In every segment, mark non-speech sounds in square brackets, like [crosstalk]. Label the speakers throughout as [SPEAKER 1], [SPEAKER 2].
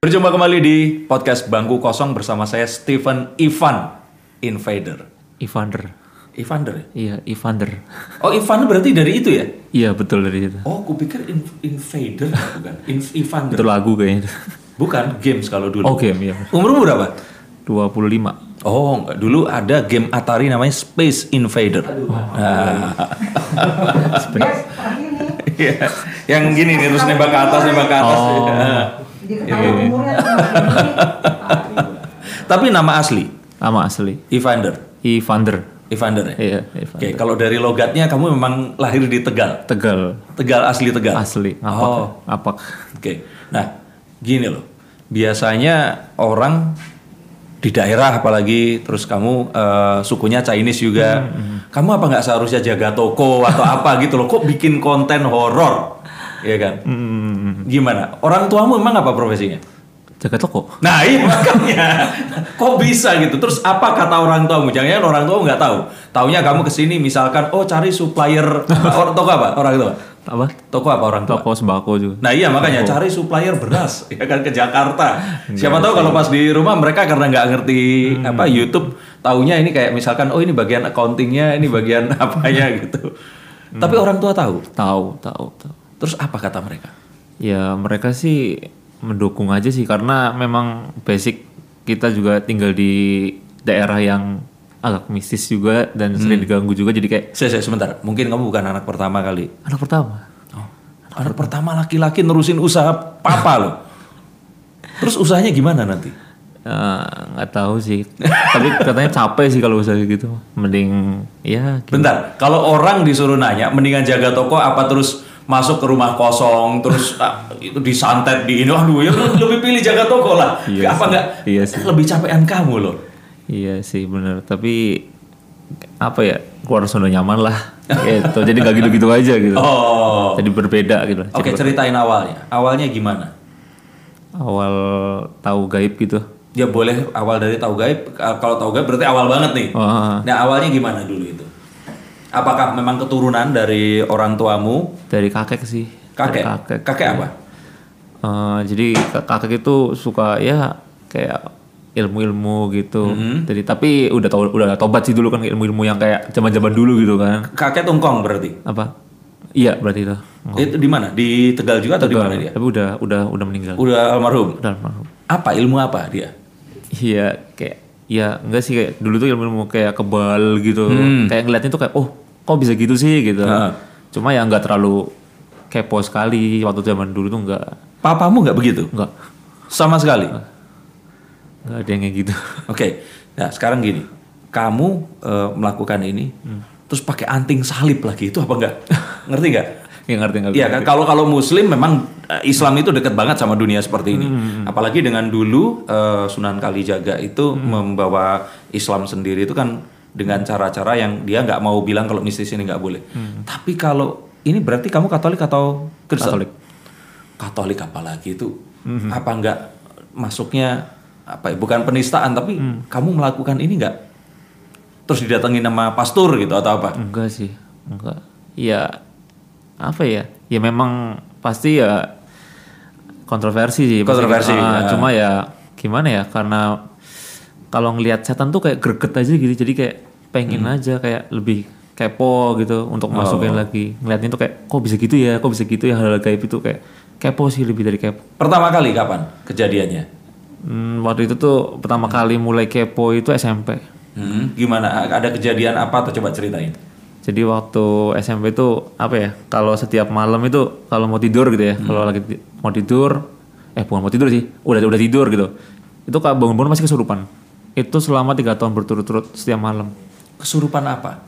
[SPEAKER 1] berjumpa kembali di podcast Bangku Kosong bersama saya Stephen Ivan Invader.
[SPEAKER 2] Evander.
[SPEAKER 1] Evander ya?
[SPEAKER 2] Iya, Evander. [laughs]
[SPEAKER 1] Oh, Evander berarti dari itu ya?
[SPEAKER 2] Iya, betul dari itu.
[SPEAKER 1] Oh, kupikir in- Invader [laughs] bukan. In Evander.
[SPEAKER 2] Itu lagu kayaknya. itu. [laughs]
[SPEAKER 1] Bukan games kalau dulu.
[SPEAKER 2] Oke, iya.
[SPEAKER 1] Umurmu berapa?
[SPEAKER 2] 25.
[SPEAKER 1] Oh, enggak. dulu ada game Atari namanya Space Invader. Nah.
[SPEAKER 3] Guys, terakhir nih,
[SPEAKER 1] [laughs] Iya. Yang gini nih terus nembak ke atas, nembak ke atas. Iya.
[SPEAKER 3] jadi ketahuan umurnya tuh.
[SPEAKER 1] Tapi nama asli
[SPEAKER 2] Nama asli.
[SPEAKER 1] Evander.
[SPEAKER 2] Evander.
[SPEAKER 1] Evander ya.
[SPEAKER 2] Iya, Evan.
[SPEAKER 1] Oke, kalau dari logatnya kamu memang lahir di Tegal.
[SPEAKER 2] Tegal.
[SPEAKER 1] Tegal asli Tegal.
[SPEAKER 2] Asli. Ngapak.
[SPEAKER 1] Oh,
[SPEAKER 2] Ngapak. [laughs]
[SPEAKER 1] Oke, nah gini loh, biasanya orang di daerah apalagi terus kamu eh, sukunya Chinese juga, kamu apa nggak seharusnya jaga toko atau apa [laughs] gitu loh, kok bikin konten horor, ya kan?
[SPEAKER 2] Hmm,
[SPEAKER 1] Gimana? Orang tuamu emang apa profesinya?
[SPEAKER 2] Jaga toko.
[SPEAKER 1] Nah iya makanya, kok bisa gitu? Terus apa kata orang tuamu? Jangan-jangan orang tuamu nggak tahu, taunya kamu kesini misalkan, oh cari supplier orang toko apa? Orang tua?
[SPEAKER 2] Apa?
[SPEAKER 1] Toko apa orang tua?
[SPEAKER 2] Toko sembako juga.
[SPEAKER 1] Nah iya makanya cari supplier beras ya kan ke Jakarta. Siapa tahu kalau pas di rumah mereka karena nggak ngerti apa YouTube taunya ini kayak misalkan oh ini bagian accountingnya ini bagian [laughs] apanya gitu. Tapi orang tua tahu.
[SPEAKER 2] Tahu, tahu, tahu.
[SPEAKER 1] Terus apa kata mereka?
[SPEAKER 2] Ya, mereka sih mendukung aja sih karena memang basic kita juga tinggal di daerah yang agak mistis juga dan sering diganggu juga jadi kayak
[SPEAKER 1] Saya, saya sebentar. Mungkin kamu bukan anak pertama kali.
[SPEAKER 2] anak pertama.
[SPEAKER 1] Oh, anak pertama laki-laki nerusin usaha papa loh. Terus usahanya gimana nanti?
[SPEAKER 2] Eh, nggak tahu sih tapi katanya capek sih kalau usaha gitu mending ya gitu.
[SPEAKER 1] Bentar, kalau orang disuruh nanya, mendingan jaga toko apa terus masuk ke rumah kosong,
[SPEAKER 2] [laughs]
[SPEAKER 1] terus ah, itu disantet di ini, aduh ya lu lebih pilih jaga toko lah.
[SPEAKER 2] Iya
[SPEAKER 1] apa
[SPEAKER 2] sih,
[SPEAKER 1] enggak?
[SPEAKER 2] iya sih.
[SPEAKER 1] Lebih capean kamu loh.
[SPEAKER 2] iya sih bener tapi apa ya keluar zona nyaman lah gitu jadi nggak gitu-gitu aja gitu
[SPEAKER 1] Oh.
[SPEAKER 2] jadi berbeda gitu Jadi
[SPEAKER 1] Oke, ceritain awalnya. Awalnya gimana?
[SPEAKER 2] awal tahu gaib gitu
[SPEAKER 1] Ya boleh awal dari tahu gaib. Ka- Kalau tahu gaib berarti awal banget nih.
[SPEAKER 2] Wah,
[SPEAKER 1] Nah, awalnya gimana dulu itu? Apakah memang keturunan dari orang tuamu?
[SPEAKER 2] dari kakek sih Dari
[SPEAKER 1] Kakek.
[SPEAKER 2] kakek Iya.
[SPEAKER 1] apa?
[SPEAKER 2] Eh, jadi kak- kakek itu suka ya kayak ilmu-ilmu gitu jadi tapi udah tau, udah tobat sih dulu kan ilmu-ilmu yang kayak zaman-zaman dulu gitu kan
[SPEAKER 1] Kakek tungkong berarti.
[SPEAKER 2] apa iya berarti itu
[SPEAKER 1] Itu di mana? Di Tegal juga atau di mana dia?
[SPEAKER 2] Ya. tapi udah udah udah meninggal
[SPEAKER 1] Udah almarhum.
[SPEAKER 2] udah almarhum
[SPEAKER 1] apa ilmu apa dia
[SPEAKER 2] iya kayak ya enggak sih kayak dulu tuh ilmu ilmu kayak kebal gitu kayak ngeliatnya tuh kayak oh kok bisa gitu sih gitu
[SPEAKER 1] Ha.
[SPEAKER 2] cuma ya nggak terlalu kepo sekali waktu zaman dulu tuh nggak
[SPEAKER 1] papamu nggak begitu
[SPEAKER 2] nggak
[SPEAKER 1] sama sekali
[SPEAKER 2] nggak ada yang kayak gitu [laughs]
[SPEAKER 1] oke nah sekarang gini kamu eh, melakukan ini terus pakai anting salib lagi itu apa enggak ngerti nggak
[SPEAKER 2] ya ngerti nggak
[SPEAKER 1] Iya kan kalau kalau muslim memang eh, Islam itu dekat banget sama dunia seperti ini apalagi dengan dulu eh, Sunan Kalijaga itu membawa Islam sendiri itu kan dengan cara-cara yang dia nggak mau bilang kalau mistis ini nggak boleh tapi kalau ini berarti kamu Katolik atau Kristen
[SPEAKER 2] Katolik
[SPEAKER 1] Katolik apalagi itu apa enggak masuknya apa ya, bukan penistaan tapi kamu melakukan ini enggak terus didatangi nama pastor gitu atau apa
[SPEAKER 2] enggak sih enggak ya apa ya ya memang pasti ya kontroversi sih Pasti-
[SPEAKER 1] Kontroversi,
[SPEAKER 2] ah,
[SPEAKER 1] ya.
[SPEAKER 2] cuma ya gimana ya karena kalau ngelihat setan tuh kayak greget aja gitu jadi kayak pengen
[SPEAKER 1] Hmm.
[SPEAKER 2] aja kayak lebih kepo gitu
[SPEAKER 1] Oh.
[SPEAKER 2] untuk masukin lagi ngelihatnya tuh kayak kok bisa gitu ya kok bisa gitu ya hal-hal gaib itu kayak kepo sih lebih dari kepo
[SPEAKER 1] pertama kali kapan kejadiannya
[SPEAKER 2] Hmm, waktu itu tuh pertama kali mulai kepo itu SMP
[SPEAKER 1] Hmm, gimana ada kejadian apa atau coba ceritain
[SPEAKER 2] Jadi waktu SMP itu apa ya? Kalau setiap malam itu kalau mau tidur gitu ya, kalau lagi ti- mau tidur, eh bukan mau tidur sih, udah udah tidur gitu. Itu kalau bangun-bangun masih kesurupan. Itu selama tiga tahun berturut-turut setiap malam.
[SPEAKER 1] kesurupan apa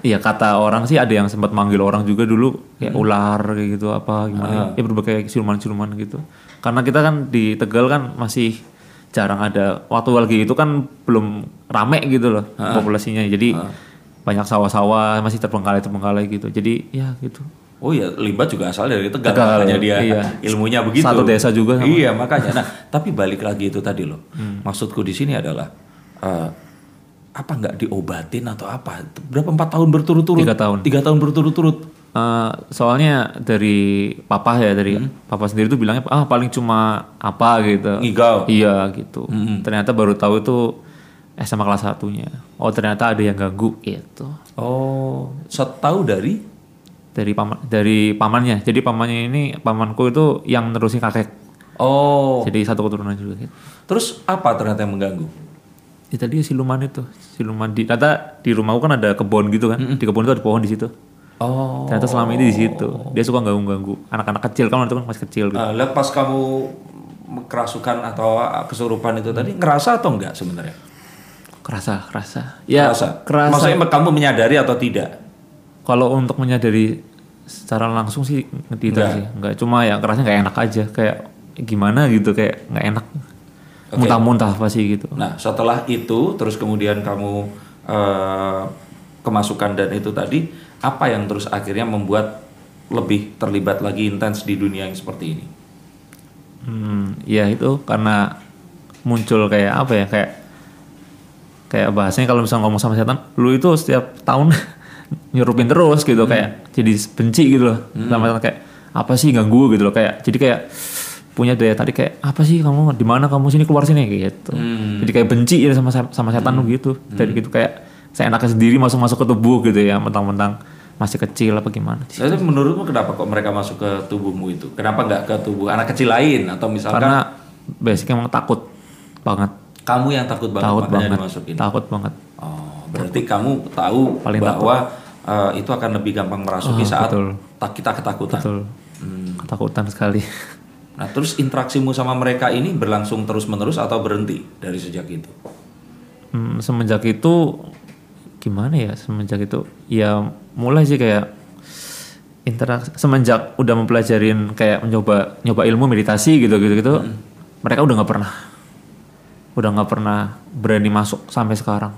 [SPEAKER 2] Iya kata orang sih ada yang sempat manggil orang juga dulu kayak ular kayak gitu apa gimana ya berbagai siluman-siluman gitu. Karena kita kan di Tegal kan masih jarang ada waktu lagi itu kan belum rame gitu loh populasinya. Jadi banyak sawah-sawah masih terbengkalai-terbengkalai gitu. Jadi ya gitu.
[SPEAKER 1] oh ya limbat juga asal dari tegal,
[SPEAKER 2] Tegal,
[SPEAKER 1] makanya dia
[SPEAKER 2] iya.
[SPEAKER 1] ilmunya begitu
[SPEAKER 2] Satu desa juga sama. Hmm.
[SPEAKER 1] iya makanya
[SPEAKER 2] [laughs]
[SPEAKER 1] nah tapi balik lagi itu tadi loh maksudku di sini adalah eh, apa nggak diobatin atau apa berapa empat tahun berturut-turut
[SPEAKER 2] Tiga tahun.
[SPEAKER 1] tiga tahun berturut-turut
[SPEAKER 2] eh, soalnya dari papa ya dari papa sendiri tuh bilangnya ah paling cuma apa gitu.
[SPEAKER 1] Ngigau.
[SPEAKER 2] Iya gitu. Ternyata baru tahu itu SMA kelas satunya. Oh ternyata ada yang ganggu gitu.
[SPEAKER 1] Oh, set tahu dari
[SPEAKER 2] Dari paman dari pamannya. Jadi pamannya ini pamanku itu yang nerusin kakek.
[SPEAKER 1] Oh,
[SPEAKER 2] Jadi satu keturunan juga gitu.
[SPEAKER 1] terus apa ternyata yang mengganggu?
[SPEAKER 2] Ya tadi siluman itu, siluman di ternyata di rumahku kan ada kebun gitu kan. Di kebun itu ada pohon di situ.
[SPEAKER 1] Oh,
[SPEAKER 2] Ternyata selama ini di situ. Dia suka ganggu-ganggu anak-anak kecil kan waktu itu kan masih kecil gitu.
[SPEAKER 1] Eh, lah pas kamu kerasukan atau eh, kesurupan itu tadi ngerasa atau enggak sebenarnya?
[SPEAKER 2] Kerasa, kerasa. Ya,
[SPEAKER 1] kerasa.
[SPEAKER 2] kerasa.
[SPEAKER 1] Maksudnya kamu menyadari atau tidak?
[SPEAKER 2] Kalau untuk menyadari secara langsung sih tidak sih. Enggak, cuma ya kerasnya nggak enak aja kayak gimana gitu kayak nggak enak. Muntah-muntah pasti gitu.
[SPEAKER 1] Nah, setelah itu terus kemudian kamu eh, kemasukan dan itu tadi apa yang terus akhirnya membuat lebih terlibat lagi intens di dunia yang seperti ini?
[SPEAKER 2] Hmm, ya itu karena muncul kayak apa ya kayak kayak bahasanya kalau misalnya ngomong sama setan, lu itu setiap tahun [laughs] nyerupin terus gitu kayak jadi benci gitu loh sama setan kayak apa sih ganggu gitu loh kayak jadi kayak punya daya tarik kayak apa sih kamu di mana kamu sini keluar sini gitu jadi kayak benci ya sama sama setan lu gitu jadi gitu kayak saya enaknya sendiri masuk masuk ke tubuh gitu ya mentang-mentang masih kecil apa gimana
[SPEAKER 1] Jadi menurutmu kenapa kok mereka masuk ke tubuhmu itu? Kenapa nggak ke tubuh anak kecil lain atau misalkan
[SPEAKER 2] karena basicnya emang takut banget
[SPEAKER 1] kamu yang takut banget
[SPEAKER 2] takut
[SPEAKER 1] makanya
[SPEAKER 2] banget
[SPEAKER 1] dimasukin?
[SPEAKER 2] takut banget
[SPEAKER 1] Oh, berarti kamu tahu
[SPEAKER 2] Paling Ah,
[SPEAKER 1] bahwa eh, itu akan lebih gampang merasuki saat
[SPEAKER 2] betul.
[SPEAKER 1] tak kita ketakutan. Hmm.
[SPEAKER 2] betul ketakutan sekali [laughs]
[SPEAKER 1] Nah, terus interaksimu sama mereka ini berlangsung terus-menerus atau berhenti dari sejak itu?
[SPEAKER 2] Hmm, semenjak itu gimana ya semenjak itu ya mulai sih kayak interaksi semenjak udah mempelajarin kayak mencoba nyoba ilmu meditasi gitu gitu gitu mereka udah nggak pernah udah nggak pernah berani masuk sampai sekarang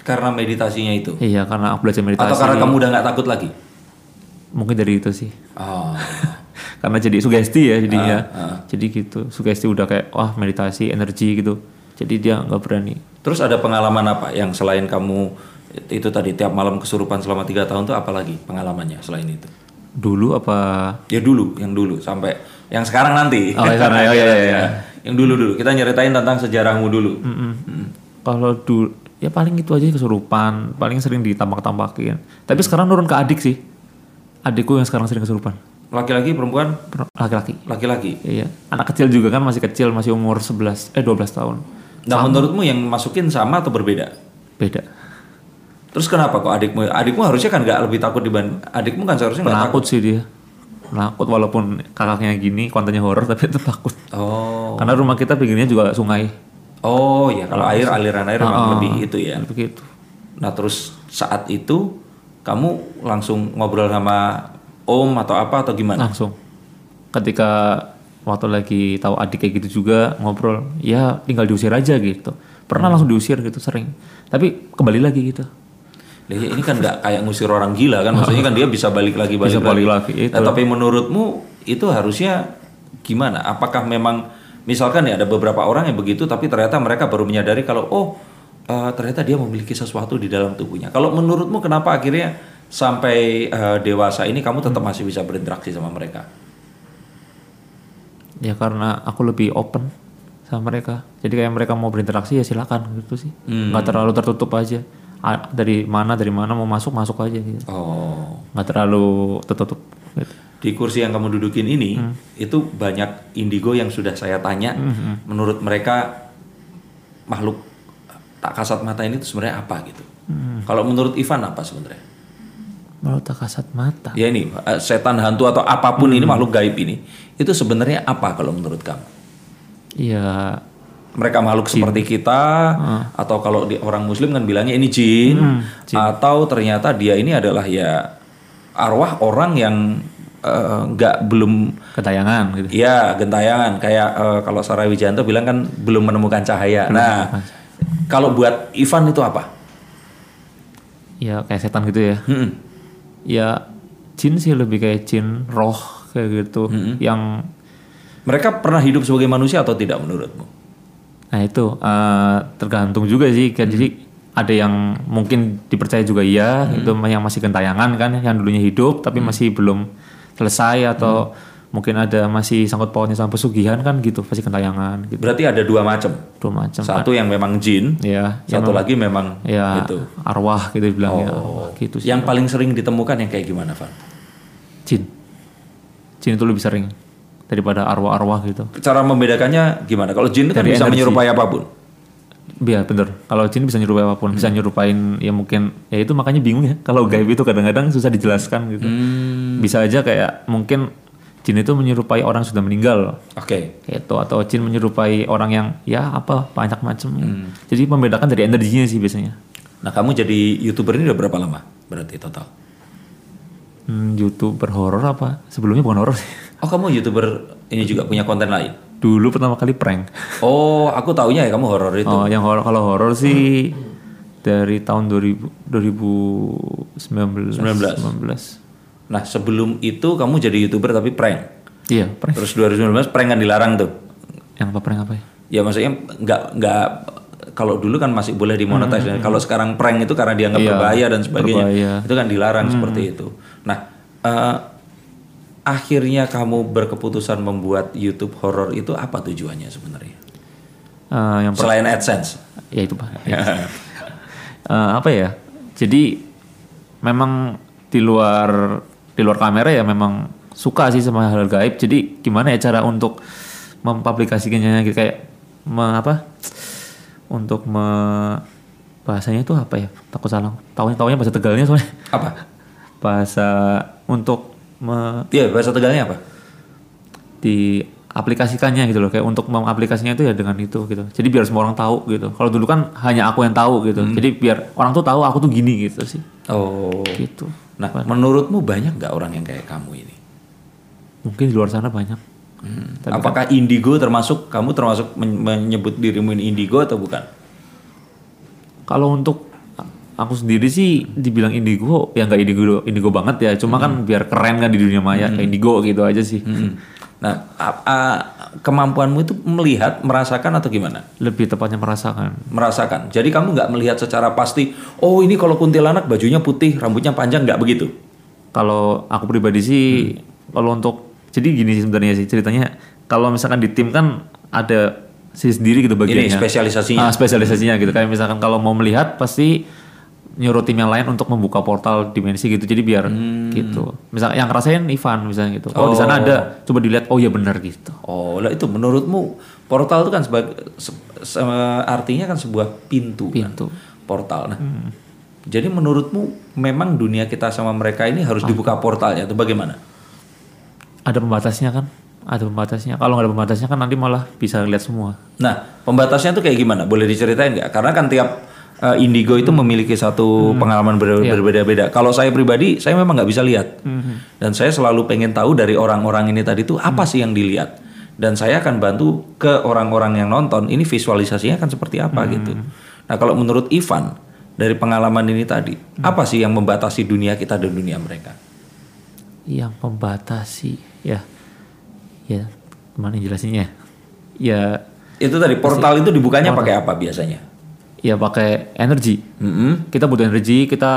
[SPEAKER 1] Karena meditasinya itu.
[SPEAKER 2] iya karena aku belajar
[SPEAKER 1] Atau
[SPEAKER 2] meditasi
[SPEAKER 1] karena kamu udah nggak takut lagi?
[SPEAKER 2] mungkin dari itu sih [laughs]
[SPEAKER 1] Oh.
[SPEAKER 2] Ah. karena jadi sugesti ya jadinya jadi gitu sugesti udah kayak wah meditasi energi gitu jadi dia nggak berani
[SPEAKER 1] [laughs] Terus ada pengalaman apa yang selain kamu itu tadi tiap malam kesurupan selama tiga tahun tuh apa lagi pengalamannya selain itu?
[SPEAKER 2] dulu apa
[SPEAKER 1] Ya dulu, yang dulu sampai yang sekarang nanti. Ya,
[SPEAKER 2] Oh, yang
[SPEAKER 1] [laughs]
[SPEAKER 2] sekarang, oh, iya, iya, iya.
[SPEAKER 1] Yang dulu dulu kita nyeritain tentang sejarahmu dulu.
[SPEAKER 2] kalau dulu ya paling itu aja kesurupan paling sering ditambak-tambakin tapi sekarang nurun ke adik sih adikku yang sekarang sering kesurupan
[SPEAKER 1] Laki-laki, perempuan,
[SPEAKER 2] Per- laki-laki
[SPEAKER 1] laki-laki.
[SPEAKER 2] iya anak kecil juga kan masih kecil masih umur 11 eh 12 tahun
[SPEAKER 1] Nah, menurutmu yang masukin sama atau berbeda?
[SPEAKER 2] beda
[SPEAKER 1] Terus kenapa kok adikmu? Adikmu harusnya kan nggak lebih takut dibanding adikmu kan seharusnya nggak takut.
[SPEAKER 2] penakut sih dia penakut walaupun kakaknya gini kontennya horor [laughs] tapi itu takut
[SPEAKER 1] Oh,
[SPEAKER 2] karena rumah kita pinggirnya juga sungai
[SPEAKER 1] oh ya kalau air aliran air memang lebih itu ya.
[SPEAKER 2] begitu
[SPEAKER 1] Nah terus saat itu kamu langsung ngobrol sama Om atau apa atau gimana?
[SPEAKER 2] langsung ketika waktu lagi tahu adik kayak gitu juga ngobrol ya tinggal diusir aja gitu pernah langsung diusir gitu sering tapi kembali lagi gitu
[SPEAKER 1] Lah, ya ini kan nggak kayak ngusir orang gila kan, maksudnya kan dia bisa balik lagi balik
[SPEAKER 2] Bisa balik lagi,
[SPEAKER 1] Nah, tapi menurutmu itu harusnya gimana? Apakah memang misalkan ya ada beberapa orang yang begitu, tapi ternyata mereka baru menyadari kalau oh eh, ternyata dia memiliki sesuatu di dalam tubuhnya. Kalau menurutmu kenapa akhirnya sampai eh, dewasa ini kamu tetap masih bisa berinteraksi sama mereka?
[SPEAKER 2] ya karena aku lebih open sama mereka jadi kayak mereka mau berinteraksi ya silakan gitu sih nggak terlalu tertutup aja A- dari mana dari mana mau masuk masuk aja gitu
[SPEAKER 1] Oh.
[SPEAKER 2] nggak terlalu tertutup gitu.
[SPEAKER 1] di kursi yang kamu dudukin ini itu banyak indigo yang sudah saya tanya menurut mereka makhluk tak kasat mata ini itu sebenarnya apa gitu kalau menurut Ivan apa sebenarnya
[SPEAKER 2] malah tak kasat mata
[SPEAKER 1] ya ini eh, setan hantu atau apapun ini makhluk gaib ini itu sebenarnya apa kalau menurut kamu
[SPEAKER 2] ya
[SPEAKER 1] mereka makhluk seperti kita atau kalau di orang muslim kan bilangnya ini Hmm. jin, atau ternyata dia ini adalah ya arwah orang yang eh, nggak belum
[SPEAKER 2] ketayangan gitu
[SPEAKER 1] Iya, gentayangan. Kayak eh, kalau Sarah Wijanto bilang kan belum menemukan cahaya. Nah, kalau buat Ivan itu apa?
[SPEAKER 2] ya kayak setan gitu ya
[SPEAKER 1] Mm-mm.
[SPEAKER 2] ya jin sih lebih kayak jin roh kayak gitu yang
[SPEAKER 1] Mereka pernah hidup sebagai manusia atau tidak menurutmu?
[SPEAKER 2] nah itu eh, tergantung juga sih kan jadi ada yang mungkin dipercaya juga iya itu yang masih gentayangan kan yang dulunya hidup tapi masih belum selesai atau mungkin ada masih sangkut pautnya sama pesugihan kan gitu masih gentayangan gitu
[SPEAKER 1] Berarti ada dua macam.
[SPEAKER 2] dua macam
[SPEAKER 1] Satu yang memang jin,
[SPEAKER 2] ya yang
[SPEAKER 1] satu lagi memang
[SPEAKER 2] ya
[SPEAKER 1] itu.
[SPEAKER 2] arwah gitu bilangnya
[SPEAKER 1] Oh.
[SPEAKER 2] gitu sih.
[SPEAKER 1] Yang paling sering ditemukan yang kayak gimana, Van?
[SPEAKER 2] jin jin itu lebih sering daripada arwah-arwah gitu
[SPEAKER 1] Cara membedakannya gimana? Kalau jin itu kan
[SPEAKER 2] Dari
[SPEAKER 1] bisa
[SPEAKER 2] energi.
[SPEAKER 1] menyerupai apapun.
[SPEAKER 2] Iya bener. Kalau jin bisa nyerupai apapun, bisa nyerupain ya mungkin ya itu makanya bingung ya. Kalau gaib itu kadang-kadang susah dijelaskan gitu. Bisa aja kayak mungkin jin itu menyerupai orang yang sudah meninggal
[SPEAKER 1] Oke.
[SPEAKER 2] gitu atau jin menyerupai orang yang ya apa banyak macam. Jadi membedakan dari energinya sih biasanya.
[SPEAKER 1] Nah, kamu jadi YouTuber ini udah berapa lama? Berarti total.
[SPEAKER 2] Hmm, YouTuber horor apa? Sebelumnya bukan horor sih. [laughs]
[SPEAKER 1] Oh, kamu YouTuber ini juga punya konten lain.
[SPEAKER 2] Dulu pertama kali prank.
[SPEAKER 1] Oh, aku taunya ya kamu horor itu.
[SPEAKER 2] Oh, yang horor kalau horor sih dari tahun 2000 2019
[SPEAKER 1] 19.
[SPEAKER 2] 19.
[SPEAKER 1] Nah, sebelum itu kamu jadi YouTuber tapi prank.
[SPEAKER 2] Iya, prank.
[SPEAKER 1] Terus 2019 prank kan dilarang tuh.
[SPEAKER 2] Yang apa prank apa ya?
[SPEAKER 1] Ya maksudnya nggak nggak kalau dulu kan masih boleh dimonetize.
[SPEAKER 2] Hmm,
[SPEAKER 1] dan Kalau sekarang prank itu karena dianggap berbahaya dan sebagainya.
[SPEAKER 2] Iya, berbahaya. Hmm,
[SPEAKER 1] Itu kan dilarang seperti itu. Nah, eh, akhirnya kamu berkeputusan membuat YouTube horor itu apa tujuannya sebenarnya?
[SPEAKER 2] Eh, yang per-
[SPEAKER 1] Selain AdSense.
[SPEAKER 2] ya itu pak. Eh, apa ya? Jadi memang di luar di luar kamera ya memang suka sih sama hal gaib. Jadi gimana ya cara untuk mempublikasikannya gitu kayak me- apa? Untuk me bahasanya itu apa ya? Takut salah. Tahunya tahunya bahasa Tegalnya soalnya.
[SPEAKER 1] Apa?
[SPEAKER 2] Bahasa untuk me-
[SPEAKER 1] Iya, bahasa Tegalnya apa?
[SPEAKER 2] diaplikasikannya gitu loh kayak untuk mengaplikasinya itu ya dengan itu gitu jadi biar semua orang tahu gitu kalau dulu kan hanya aku yang tahu gitu jadi biar orang tuh tahu aku tuh gini gitu sih
[SPEAKER 1] Oh.
[SPEAKER 2] gitu
[SPEAKER 1] Nah, menurutmu banyak nggak orang yang kayak kamu ini? Hmm.
[SPEAKER 2] mungkin di luar sana banyak tapi kan-
[SPEAKER 1] Apakah indigo termasuk kamu termasuk men- menyebut dirimu ini indigo atau bukan?
[SPEAKER 2] kalau untuk a- aku sendiri sih dibilang indigo ya nggak indigo indigo banget ya cuma kan biar keren kan di dunia maya kayak indigo gitu aja sih
[SPEAKER 1] Nah, a- a- kemampuanmu itu melihat, merasakan atau gimana?
[SPEAKER 2] lebih tepatnya merasakan
[SPEAKER 1] Merasakan. Jadi kamu nggak melihat secara pasti. Oh, ini kalau kuntilanak bajunya putih, rambutnya panjang, nggak begitu?
[SPEAKER 2] kalau aku pribadi sih kalau untuk jadi gini sih sebenarnya sih ceritanya kalau misalkan di tim kan ada sendiri sendiri gitu bagiannya
[SPEAKER 1] Ini spesialisasinya.
[SPEAKER 2] Ah, spesialisasinya gitu kayak misalkan kalau mau melihat pasti nyuruh tim yang lain untuk membuka portal dimensi gitu jadi biar gitu misal yang ngerasain Ivan misalnya gitu oh, di sana ada coba dilihat oh ya benar gitu
[SPEAKER 1] Oh, lah itu menurutmu portal itu kan sebagai se- se- artinya kan sebuah pintu, kan?
[SPEAKER 2] Pintu.
[SPEAKER 1] portal. Nah, jadi menurutmu memang dunia kita sama mereka ini harus dibuka portalnya atau bagaimana?
[SPEAKER 2] ada pembatasnya kan ada pembatasnya kalau nggak ada pembatasnya kan nanti malah bisa lihat semua
[SPEAKER 1] Nah, pembatasnya tuh kayak gimana? Boleh diceritain nggak? Karena kan tiap eh, indigo itu memiliki satu pengalaman ber- berbeda-beda. Kalau saya pribadi, saya memang nggak bisa lihat. Dan saya selalu pengen tahu dari orang-orang ini tadi tuh apa sih yang dilihat. Dan saya akan bantu ke orang-orang yang nonton, ini visualisasinya akan seperti apa gitu. Nah, kalau menurut Ivan, dari pengalaman ini tadi, apa sih yang membatasi dunia kita dan dunia mereka?
[SPEAKER 2] yang Iya, membatasi ya ya gimana jelasinnya ya
[SPEAKER 1] Itu tadi, portal itu dibukanya pakai apa biasanya? Hmm.
[SPEAKER 2] ya pakai energi
[SPEAKER 1] Mm-mm.
[SPEAKER 2] kita butuh energi kita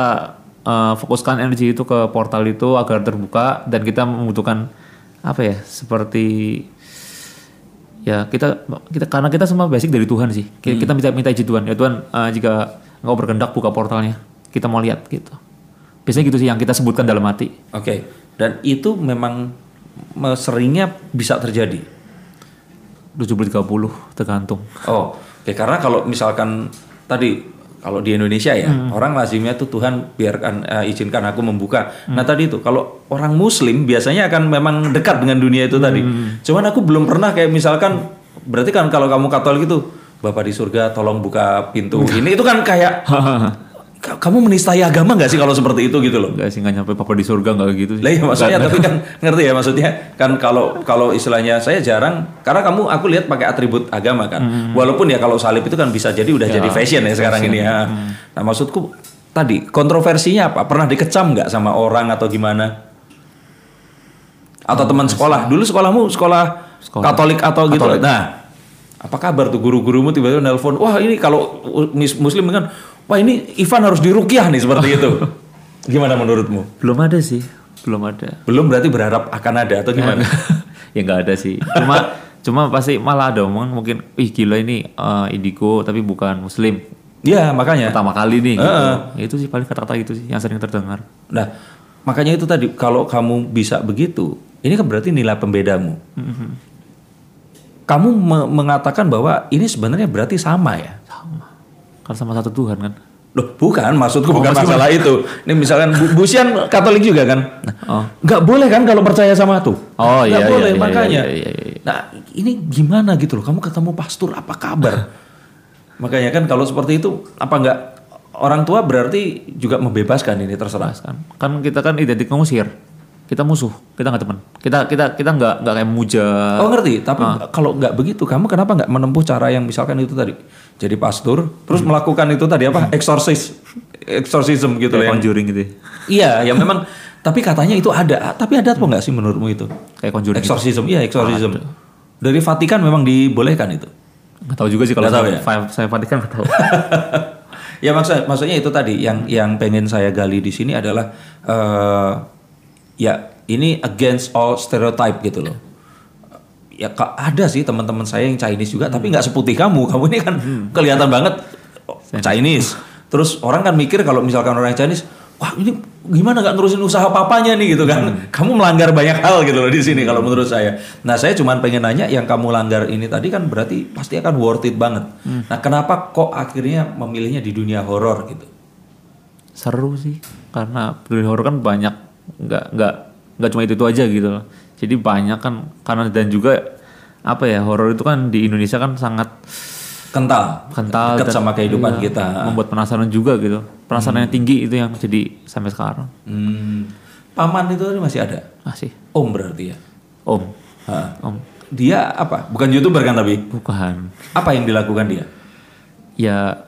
[SPEAKER 2] eh, fokuskan energi itu ke portal itu agar terbuka dan kita membutuhkan apa ya seperti ya kita kita karena kita semua basic dari Tuhan sih kita, kita minta minta izin Tuhan ya Tuhan eh, jika engkau berkendak buka portalnya kita mau lihat gitu biasanya gitu sih yang kita sebutkan dalam hati
[SPEAKER 1] Oke, dan itu memang me- seringnya bisa terjadi.
[SPEAKER 2] 70-30 [laughs] tergantung
[SPEAKER 1] Oh, oke karena kalau misalkan tadi kalau di Indonesia ya orang lazimnya tuh Tuhan biarkan eh, izinkan aku membuka. Nah tadi itu kalau orang Muslim biasanya akan memang dekat dengan dunia itu tadi. Cuman aku belum pernah kayak misalkan berarti kan kalau kamu Katolik itu Bapak di surga tolong buka pintu ini itu kan kayak "Ka- kamu menistai agama nggak sih kalau seperti itu gitu loh.
[SPEAKER 2] enggak sih nggak nyampe papa di surga nggak gitu sih
[SPEAKER 1] Lah iya maksudnya tapi kan ngerti ya maksudnya kan kalau kalau istilahnya saya jarang karena kamu aku lihat pakai atribut agama kan.
[SPEAKER 2] Hmm.
[SPEAKER 1] Walaupun ya kalau salib itu kan bisa jadi udah jadi fashion ya sekarang ini ya.
[SPEAKER 2] Hmm.
[SPEAKER 1] Nah, maksudku tadi kontroversinya apa? Pernah dikecam nggak sama orang atau gimana? Atau teman sekolah? Dulu sekolahmu sekolah,
[SPEAKER 2] Sekolah.
[SPEAKER 1] Katolik atau gitu. Nah, apa kabar tuh guru-gurumu tiba-tiba nelpon, "Wah, ini kalau u- mis- muslim kan wah ini Ivan harus dirukiah nih seperti
[SPEAKER 2] [laughs]
[SPEAKER 1] itu. Gimana menurutmu?
[SPEAKER 2] Belum ada sih, belum ada.
[SPEAKER 1] Belum berarti berharap akan ada atau gimana?
[SPEAKER 2] [laughs] ya nggak ada sih. Cuma cuma pasti malah ada omongan mungkin, ih gila ini eh, indigo tapi bukan muslim.
[SPEAKER 1] Iya makanya.
[SPEAKER 2] Pertama kali nih. Gitu.
[SPEAKER 1] Heeh.
[SPEAKER 2] Ya itu sih paling kata-kata gitu sih yang sering terdengar.
[SPEAKER 1] Nah, makanya itu tadi kalau kamu bisa begitu, ini kan berarti nilai pembedamu. Kamu me- mengatakan bahwa ini sebenarnya berarti sama ya.
[SPEAKER 2] Sama. Kan sama satu Tuhan kan.
[SPEAKER 1] Loh, bukan maksudku bukan masalah itu. Ini misalkan Bu- Busian Katolik juga kan. Nah,
[SPEAKER 2] Oh.
[SPEAKER 1] nggak boleh kan kalau percaya sama tuh.
[SPEAKER 2] Oh,
[SPEAKER 1] Nggak
[SPEAKER 2] iya,
[SPEAKER 1] boleh
[SPEAKER 2] iya, iya,
[SPEAKER 1] makanya.
[SPEAKER 2] iya, iya, iya.
[SPEAKER 1] Nah, ini gimana gitu loh? Kamu ketemu pastor apa
[SPEAKER 2] [laughs]
[SPEAKER 1] kabar? makanya kan kalau seperti itu apa nggak orang tua berarti juga membebaskan ini terserah.
[SPEAKER 2] Mas, kan kan kita kan identik mengusir kita musuh kita nggak teman kita kita kita nggak nggak kayak muja
[SPEAKER 1] Oh ngerti, tapi
[SPEAKER 2] eh.
[SPEAKER 1] kalau nggak begitu, kamu kenapa nggak menempuh cara yang misalkan itu tadi? Jadi pastor, terus
[SPEAKER 2] Hmm.
[SPEAKER 1] melakukan itu tadi apa?
[SPEAKER 2] [laughs]
[SPEAKER 1] Exorcis, exorcism gitu
[SPEAKER 2] kayak
[SPEAKER 1] loh. Yang,
[SPEAKER 2] conjuring gitu ya.
[SPEAKER 1] [laughs] iya, yang memang. Tapi katanya itu ada, Ah, tapi ada apa nggak sih menurutmu itu?
[SPEAKER 2] kayak conjuring gitu.
[SPEAKER 1] Exorcism, iya exorcism. Dari Vatikan memang dibolehkan itu.
[SPEAKER 2] nggak tahu juga sih kalau
[SPEAKER 1] Nggak tahu
[SPEAKER 2] saya,
[SPEAKER 1] ya?
[SPEAKER 2] saya- saya perhatikan kan nggak tahu [laughs]
[SPEAKER 1] ya maksud maksudnya itu tadi yang yang pengen saya gali di sini adalah eh, ya ini against all stereotype gitu loh. Ya ka- ada sih teman-teman saya yang Chinese juga tapi nggak seputih kamu. [laughs] Kamu ini kan
[SPEAKER 2] Hmm.
[SPEAKER 1] kelihatan banget Chinese. Terus orang kan mikir kalau misalkan orang Chinese, wah ini gimana nggak nerusin usaha papanya nih gitu kan.
[SPEAKER 2] Hmm.
[SPEAKER 1] Kamu melanggar banyak hal gitu loh di sini kalau menurut saya. Nah, saya cuman pengen nanya yang kamu langgar ini tadi kan berarti pasti akan worth it banget.
[SPEAKER 2] Hmm.
[SPEAKER 1] Nah, kenapa kok akhirnya memilihnya di dunia horor gitu?
[SPEAKER 2] seru sih karena peduli horor kan banyak nggak nggak nggak cuma itu itu aja gitu loh jadi banyak kan karena dan juga apa ya horor itu kan di Indonesia kan sangat
[SPEAKER 1] Kental.
[SPEAKER 2] kental
[SPEAKER 1] Dekat
[SPEAKER 2] dan-
[SPEAKER 1] sama kehidupan
[SPEAKER 2] iya,
[SPEAKER 1] kita.
[SPEAKER 2] membuat penasaran juga gitu penasaran yang tinggi itu yang jadi sampai sekarang
[SPEAKER 1] Hmm. Paman itu tadi masih ada.
[SPEAKER 2] masih
[SPEAKER 1] Om berarti ya.
[SPEAKER 2] om
[SPEAKER 1] Ha.
[SPEAKER 2] om
[SPEAKER 1] Dia apa? Bukan youtuber kan tapi
[SPEAKER 2] bukan
[SPEAKER 1] apa yang dilakukan dia?
[SPEAKER 2] ya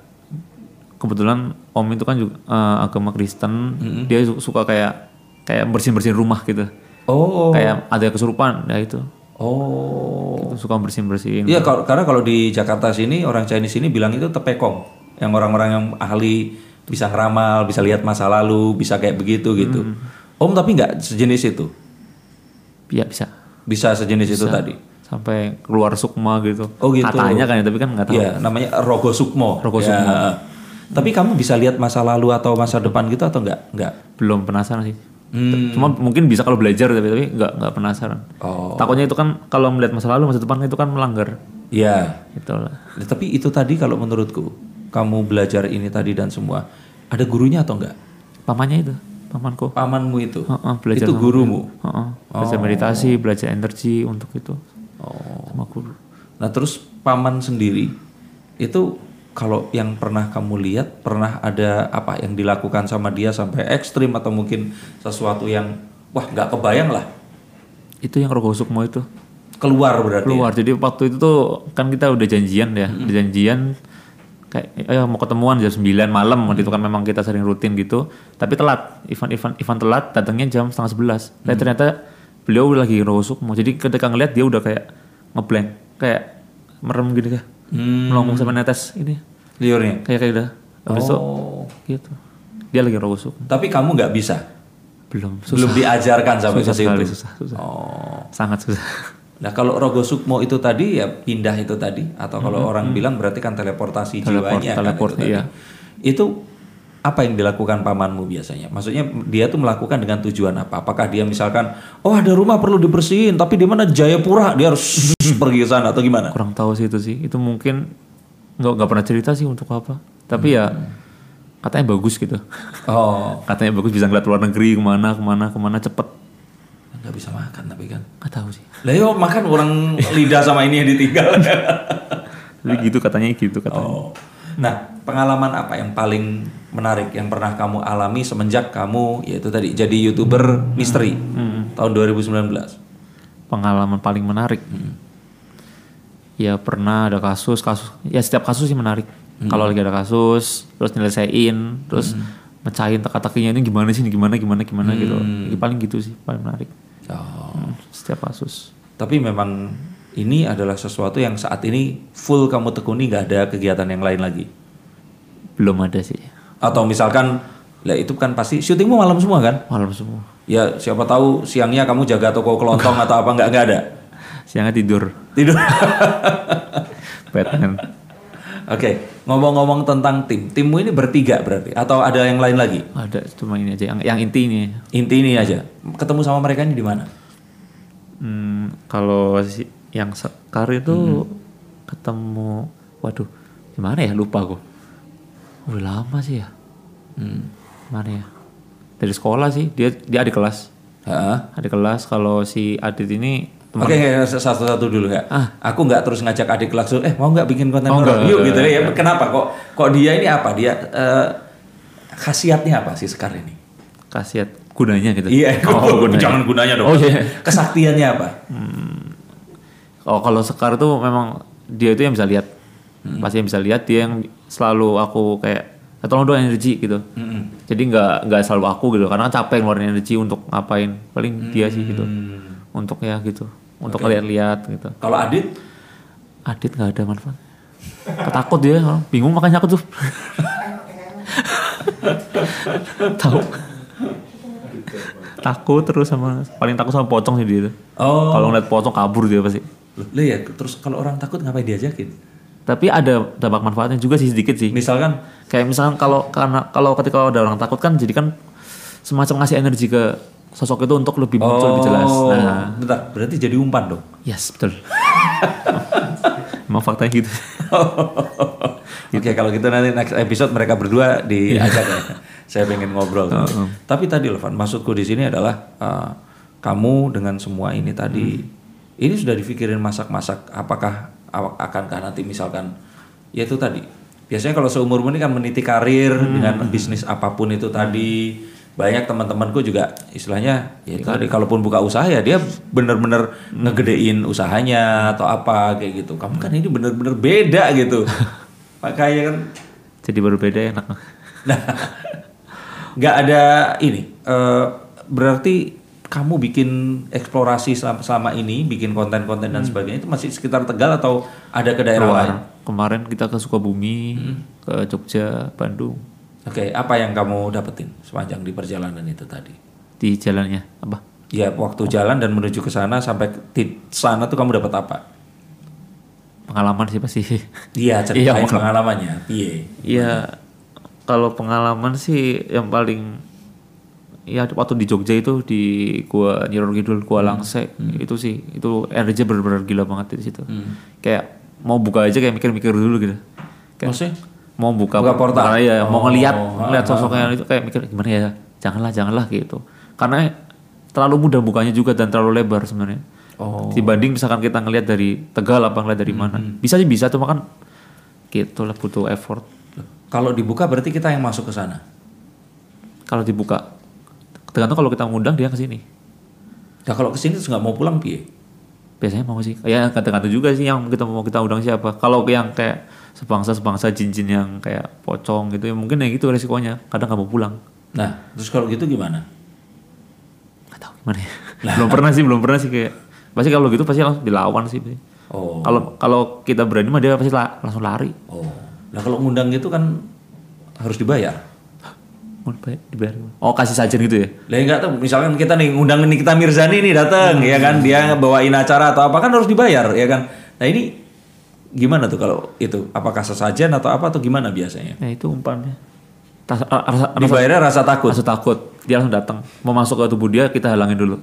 [SPEAKER 2] kebetulan om itu kan juga eh, agama Kristen
[SPEAKER 1] Hmm.
[SPEAKER 2] dia su- suka kayak kayak bersihin bersihin rumah gitu
[SPEAKER 1] Oh.
[SPEAKER 2] kayak ada kesurupan ya itu
[SPEAKER 1] Oh.
[SPEAKER 2] Itu suka bersihin bersihin
[SPEAKER 1] Iya, kalau- karena kalau di Jakarta sini orang Chinese ini bilang itu tepekong. Yang orang-orang yang ahli bisa ngeramal, bisa lihat masa lalu, bisa kayak begitu gitu. Om tapi nggak sejenis itu.
[SPEAKER 2] ya bisa
[SPEAKER 1] Bisa sejenis itu tadi.
[SPEAKER 2] sampai keluar sukma gitu,
[SPEAKER 1] Oh, gitu.
[SPEAKER 2] katanya kan ya, tapi kan nggak tahu
[SPEAKER 1] Iya, namanya Rogo Sukmo.
[SPEAKER 2] Rogo
[SPEAKER 1] Ya. Tapi kamu bisa lihat masa lalu atau masa depan gitu atau nggak? Nggak.
[SPEAKER 2] belum penasaran sih
[SPEAKER 1] Hmm.
[SPEAKER 2] cuma mungkin bisa kalau belajar tapi tapi nggak nggak penasaran
[SPEAKER 1] Oh.
[SPEAKER 2] takutnya itu kan kalau melihat masa lalu masa depan itu kan melanggar Gitu
[SPEAKER 1] Iya.
[SPEAKER 2] itulah
[SPEAKER 1] Nah, Tapi itu tadi kalau menurutku, kamu belajar ini tadi dan semua, ada gurunya atau enggak?
[SPEAKER 2] pamannya itu pamanku
[SPEAKER 1] Pamanmu itu.
[SPEAKER 2] Heeh, Oh, belajar
[SPEAKER 1] itu
[SPEAKER 2] sama
[SPEAKER 1] gurumu.
[SPEAKER 2] Heeh, belajar meditasi, belajar energi untuk itu.
[SPEAKER 1] Oh.
[SPEAKER 2] Sama guru.
[SPEAKER 1] Nah, terus paman sendiri itu kalau yang pernah kamu lihat pernah ada apa yang dilakukan sama dia sampai ekstrim atau mungkin sesuatu yang wah nggak kebayang lah
[SPEAKER 2] Itu yang Rogo Sukmo itu
[SPEAKER 1] keluar berarti ya?
[SPEAKER 2] keluar. Jadi waktu itu tuh kan kita udah janjian ya, udah janjian kayak ayo mau ketemuan jam 9 malam waktu itu kan memang kita sering rutin gitu. Tapi telat, Ivan Ivan Ivan telat datangnya jam setengah sebelas. Tapi ternyata beliau lagi Rogo Sukmo. Jadi ketika ngeliat dia udah kayak ngeblank, kayak merem gitu kah.
[SPEAKER 1] Hmm.
[SPEAKER 2] Melongong sama netes ini.
[SPEAKER 1] liurnya.
[SPEAKER 2] Kayak kayak udah habis itu
[SPEAKER 1] Oh.
[SPEAKER 2] gitu. Dia lagi Rogo Sukmo.
[SPEAKER 1] Tapi kamu nggak bisa.
[SPEAKER 2] Belum
[SPEAKER 1] Belum diajarkan sampai ke
[SPEAKER 2] susah
[SPEAKER 1] situ.
[SPEAKER 2] sekali susah susah
[SPEAKER 1] Oh.
[SPEAKER 2] sangat susah
[SPEAKER 1] Nah kalau Rogo Sukmo itu tadi ya pindah itu tadi atau kalau orang bilang berarti kan teleportasi
[SPEAKER 2] Mm-hmm. Teleport-
[SPEAKER 1] jiwanya
[SPEAKER 2] teleport,
[SPEAKER 1] kan itu tadi.
[SPEAKER 2] iya.
[SPEAKER 1] Itu apa yang dilakukan pamanmu biasanya? Maksudnya dia tuh melakukan dengan tujuan apa? Apakah dia misalkan oh ada rumah perlu dibersihin tapi di mana Jayapura dia harus [laughs] pergi ke sana atau gimana?
[SPEAKER 2] kurang tahu sih itu sih itu mungkin nggak nggak pernah cerita sih untuk apa tapi ya katanya bagus gitu [laughs]
[SPEAKER 1] Oh
[SPEAKER 2] katanya bagus bisa ngeliat luar negeri kemana kemana kemana cepet
[SPEAKER 1] nggak bisa makan tapi kan.
[SPEAKER 2] nggak tahu sih
[SPEAKER 1] Lah yo makan orang lidah sama ini yang ditinggal. [laughs]
[SPEAKER 2] tapi gitu katanya gitu katanya
[SPEAKER 1] Oh. Nah, pengalaman apa yang paling menarik yang pernah kamu alami semenjak kamu yaitu tadi jadi YouTuber misteri tahun 2019?
[SPEAKER 2] pengalaman paling menarik ya pernah ada kasus kasus ya setiap kasus sih menarik kalau lagi ada kasus terus nyelesain terus mecahin teka-tekinya ini gimana sih ini gimana gimana gimana gitu Ya, paling gitu sih paling menarik
[SPEAKER 1] Oh.
[SPEAKER 2] Hmm, setiap kasus
[SPEAKER 1] Tapi memang ini adalah sesuatu yang saat ini full kamu tekuni nggak ada kegiatan yang lain lagi.
[SPEAKER 2] belum ada sih
[SPEAKER 1] Atau misalkan lah itu kan pasti syutingmu malam semua kan?
[SPEAKER 2] malam semua
[SPEAKER 1] Ya siapa tahu siangnya kamu jaga toko kelontong atau apa nggak nggak ada
[SPEAKER 2] siangnya tidur
[SPEAKER 1] tidur. [laughs]
[SPEAKER 2] Batman
[SPEAKER 1] Oke, ngomong-ngomong tentang tim, timmu ini bertiga berarti atau ada yang lain lagi?
[SPEAKER 2] ada cuma ini aja yang, yang inti ini
[SPEAKER 1] Inti ini aja. Ketemu sama mereka ini di mana?
[SPEAKER 2] hmm, kalau si, yang sekar itu ketemu waduh gimana ya lupa gue udah lama sih ya mana ya dari sekolah sih dia dia adik kelas
[SPEAKER 1] Heeh.
[SPEAKER 2] adik kelas kalau si Adit ini teman
[SPEAKER 1] Oke, oke, satu-satu dulu ya. Aku nggak terus ngajak adik kelas dulu, eh mau nggak bikin konten
[SPEAKER 2] Ah. Oh,
[SPEAKER 1] horor?
[SPEAKER 2] nggak,
[SPEAKER 1] Yuk
[SPEAKER 2] nggak,
[SPEAKER 1] gitu ya. Kenapa kok kok dia ini apa? Dia eh, khasiatnya apa sih sekarang ini?
[SPEAKER 2] kasiat gunanya gitu [laughs]
[SPEAKER 1] Iya, [laughs]
[SPEAKER 2] oh, gunanya.
[SPEAKER 1] jangan gunanya dong.
[SPEAKER 2] oh iya
[SPEAKER 1] Kesaktiannya apa?
[SPEAKER 2] Oh kalau Sekar tuh memang dia itu yang bisa lihat, pasti yang bisa lihat dia yang selalu aku kayak "Eh, tolong dong energi gitu.
[SPEAKER 1] Hmm.
[SPEAKER 2] Jadi nggak nggak selalu aku gitu karena capek ngeluarin energi untuk ngapain paling dia sih gitu untuk ya gitu untuk lihat-lihat gitu.
[SPEAKER 1] Kalau Adit,
[SPEAKER 2] Adit nggak ada manfaat. Ketakut dia, orang bingung makanya aku tuh. [laughs] Tahu. takut terus sama paling takut sama pocong sih dia tuh.
[SPEAKER 1] oh,
[SPEAKER 2] Kalau ngeliat pocong kabur dia pasti.
[SPEAKER 1] loh, loh ya. Terus kalau orang takut ngapain diajakin?
[SPEAKER 2] Tapi ada dampak manfaatnya juga sih sedikit sih.
[SPEAKER 1] Misalkan,
[SPEAKER 2] Kayak misalkan kalau karena kalau ketika ada orang takut kan jadi kan semacam ngasih energi ke sosok itu untuk lebih muncul lebih jelas.
[SPEAKER 1] oh,
[SPEAKER 2] Nah,
[SPEAKER 1] bentar, berarti jadi umpan dong.
[SPEAKER 2] yes betul. [laughs] Emang faktanya gitu.
[SPEAKER 1] Oke, kalau gitu nanti next episode mereka berdua diajak ya. Saya pengen ngobrol. Tapi tadi Levan, maksudku di sini adalah eh, kamu dengan semua ini tadi ini sudah dipikirin masak-masak apakah aw- akankah nanti misalkan ya itu tadi. Biasanya kalau seumurmu ini kan meniti karir dengan bisnis apapun itu tadi. Banyak teman-temanku juga istilahnya ya itu tadi kalaupun buka usaha ya dia bener-bener ngegedein usahanya atau apa kayak gitu. Kamu kan ini bener-bener beda gitu. Makanya kan
[SPEAKER 2] Jadi berbeda enak.
[SPEAKER 1] nah [laughs] nggak ada ini eh, berarti kamu bikin eksplorasi selama, selama ini bikin konten-konten dan sebagainya itu masih sekitar Tegal atau ada ke daerah lain?
[SPEAKER 2] Keluar. Kemarin kita ke Sukabumi, ke Jogja, Bandung
[SPEAKER 1] Oke, apa yang kamu dapetin sepanjang di perjalanan itu tadi?
[SPEAKER 2] di jalannya apa?
[SPEAKER 1] Ya waktu jalan dan menuju ke sana sampai di sana tuh kamu dapat apa?
[SPEAKER 2] Pengalaman sih pasti.
[SPEAKER 1] Iya
[SPEAKER 2] Iya,
[SPEAKER 1] ceritain pengalamannya. Iya.
[SPEAKER 2] Iya, kalau pengalaman sih yang paling ya waktu di Jogja itu di gua Nyiror Kidul,
[SPEAKER 1] Hmm.
[SPEAKER 2] gua Langse itu sih itu energi benar-benar gila banget di situ.
[SPEAKER 1] Hmm.
[SPEAKER 2] Kayak mau buka aja kayak mikir-mikir dulu gitu. Kayak
[SPEAKER 1] Maksudnya?
[SPEAKER 2] mau buka,
[SPEAKER 1] Buka portal? Oh,
[SPEAKER 2] Karena ya mau ngelihat ngelihat sosoknya itu kayak mikir gimana ya janganlah janganlah gitu. Karena terlalu mudah bukanya juga dan terlalu lebar sebenarnya.
[SPEAKER 1] Oh. Hmm,
[SPEAKER 2] Dibanding misalkan kita ngelihat dari Tegal apa ngelihat dari mana. Bisa sih bisa cuma kan gitu lah butuh effort.
[SPEAKER 1] Kalau dibuka berarti kita yang masuk ke sana.
[SPEAKER 2] kalau dibuka tergantung kalau kita ngundang dia ke sini
[SPEAKER 1] Nah kalau kesini terus nggak mau pulang piye?
[SPEAKER 2] biasanya mau sih ya tergantung juga sih yang kita mau kita undang siapa kalau yang kayak sebangsa sebangsa cincin yang kayak pocong gitu ya mungkin ya gitu resikonya kadang nggak mau pulang
[SPEAKER 1] Nah terus kalau gitu gimana?
[SPEAKER 2] nggak tahu gimana [laughs] ya belum pernah sih belum pernah sih kayak pasti kalau gitu pasti langsung dilawan sih
[SPEAKER 1] Oh.
[SPEAKER 2] kalau kalau kita berani mah dia pasti la- langsung lari
[SPEAKER 1] Oh, nah kalau ngundang gitu kan harus dibayar.
[SPEAKER 2] mau dibayar, dibayar gimana? oh kasih sajen gitu ya
[SPEAKER 1] Lah nggak tahu, misalkan kita nih ngundang Nikita Mirzani nih datang, ya kan dia bawain acara atau apa kan harus dibayar, ya kan. Nah ini gimana tuh kalau itu? Apakah sesajen atau apa atau gimana biasanya?
[SPEAKER 2] ya itu umpannya Tas- a- rasa, rasa,
[SPEAKER 1] Dibayarnya rasa takut.
[SPEAKER 2] rasa takut dia langsung datang mau masuk ke tubuh dia kita halangin dulu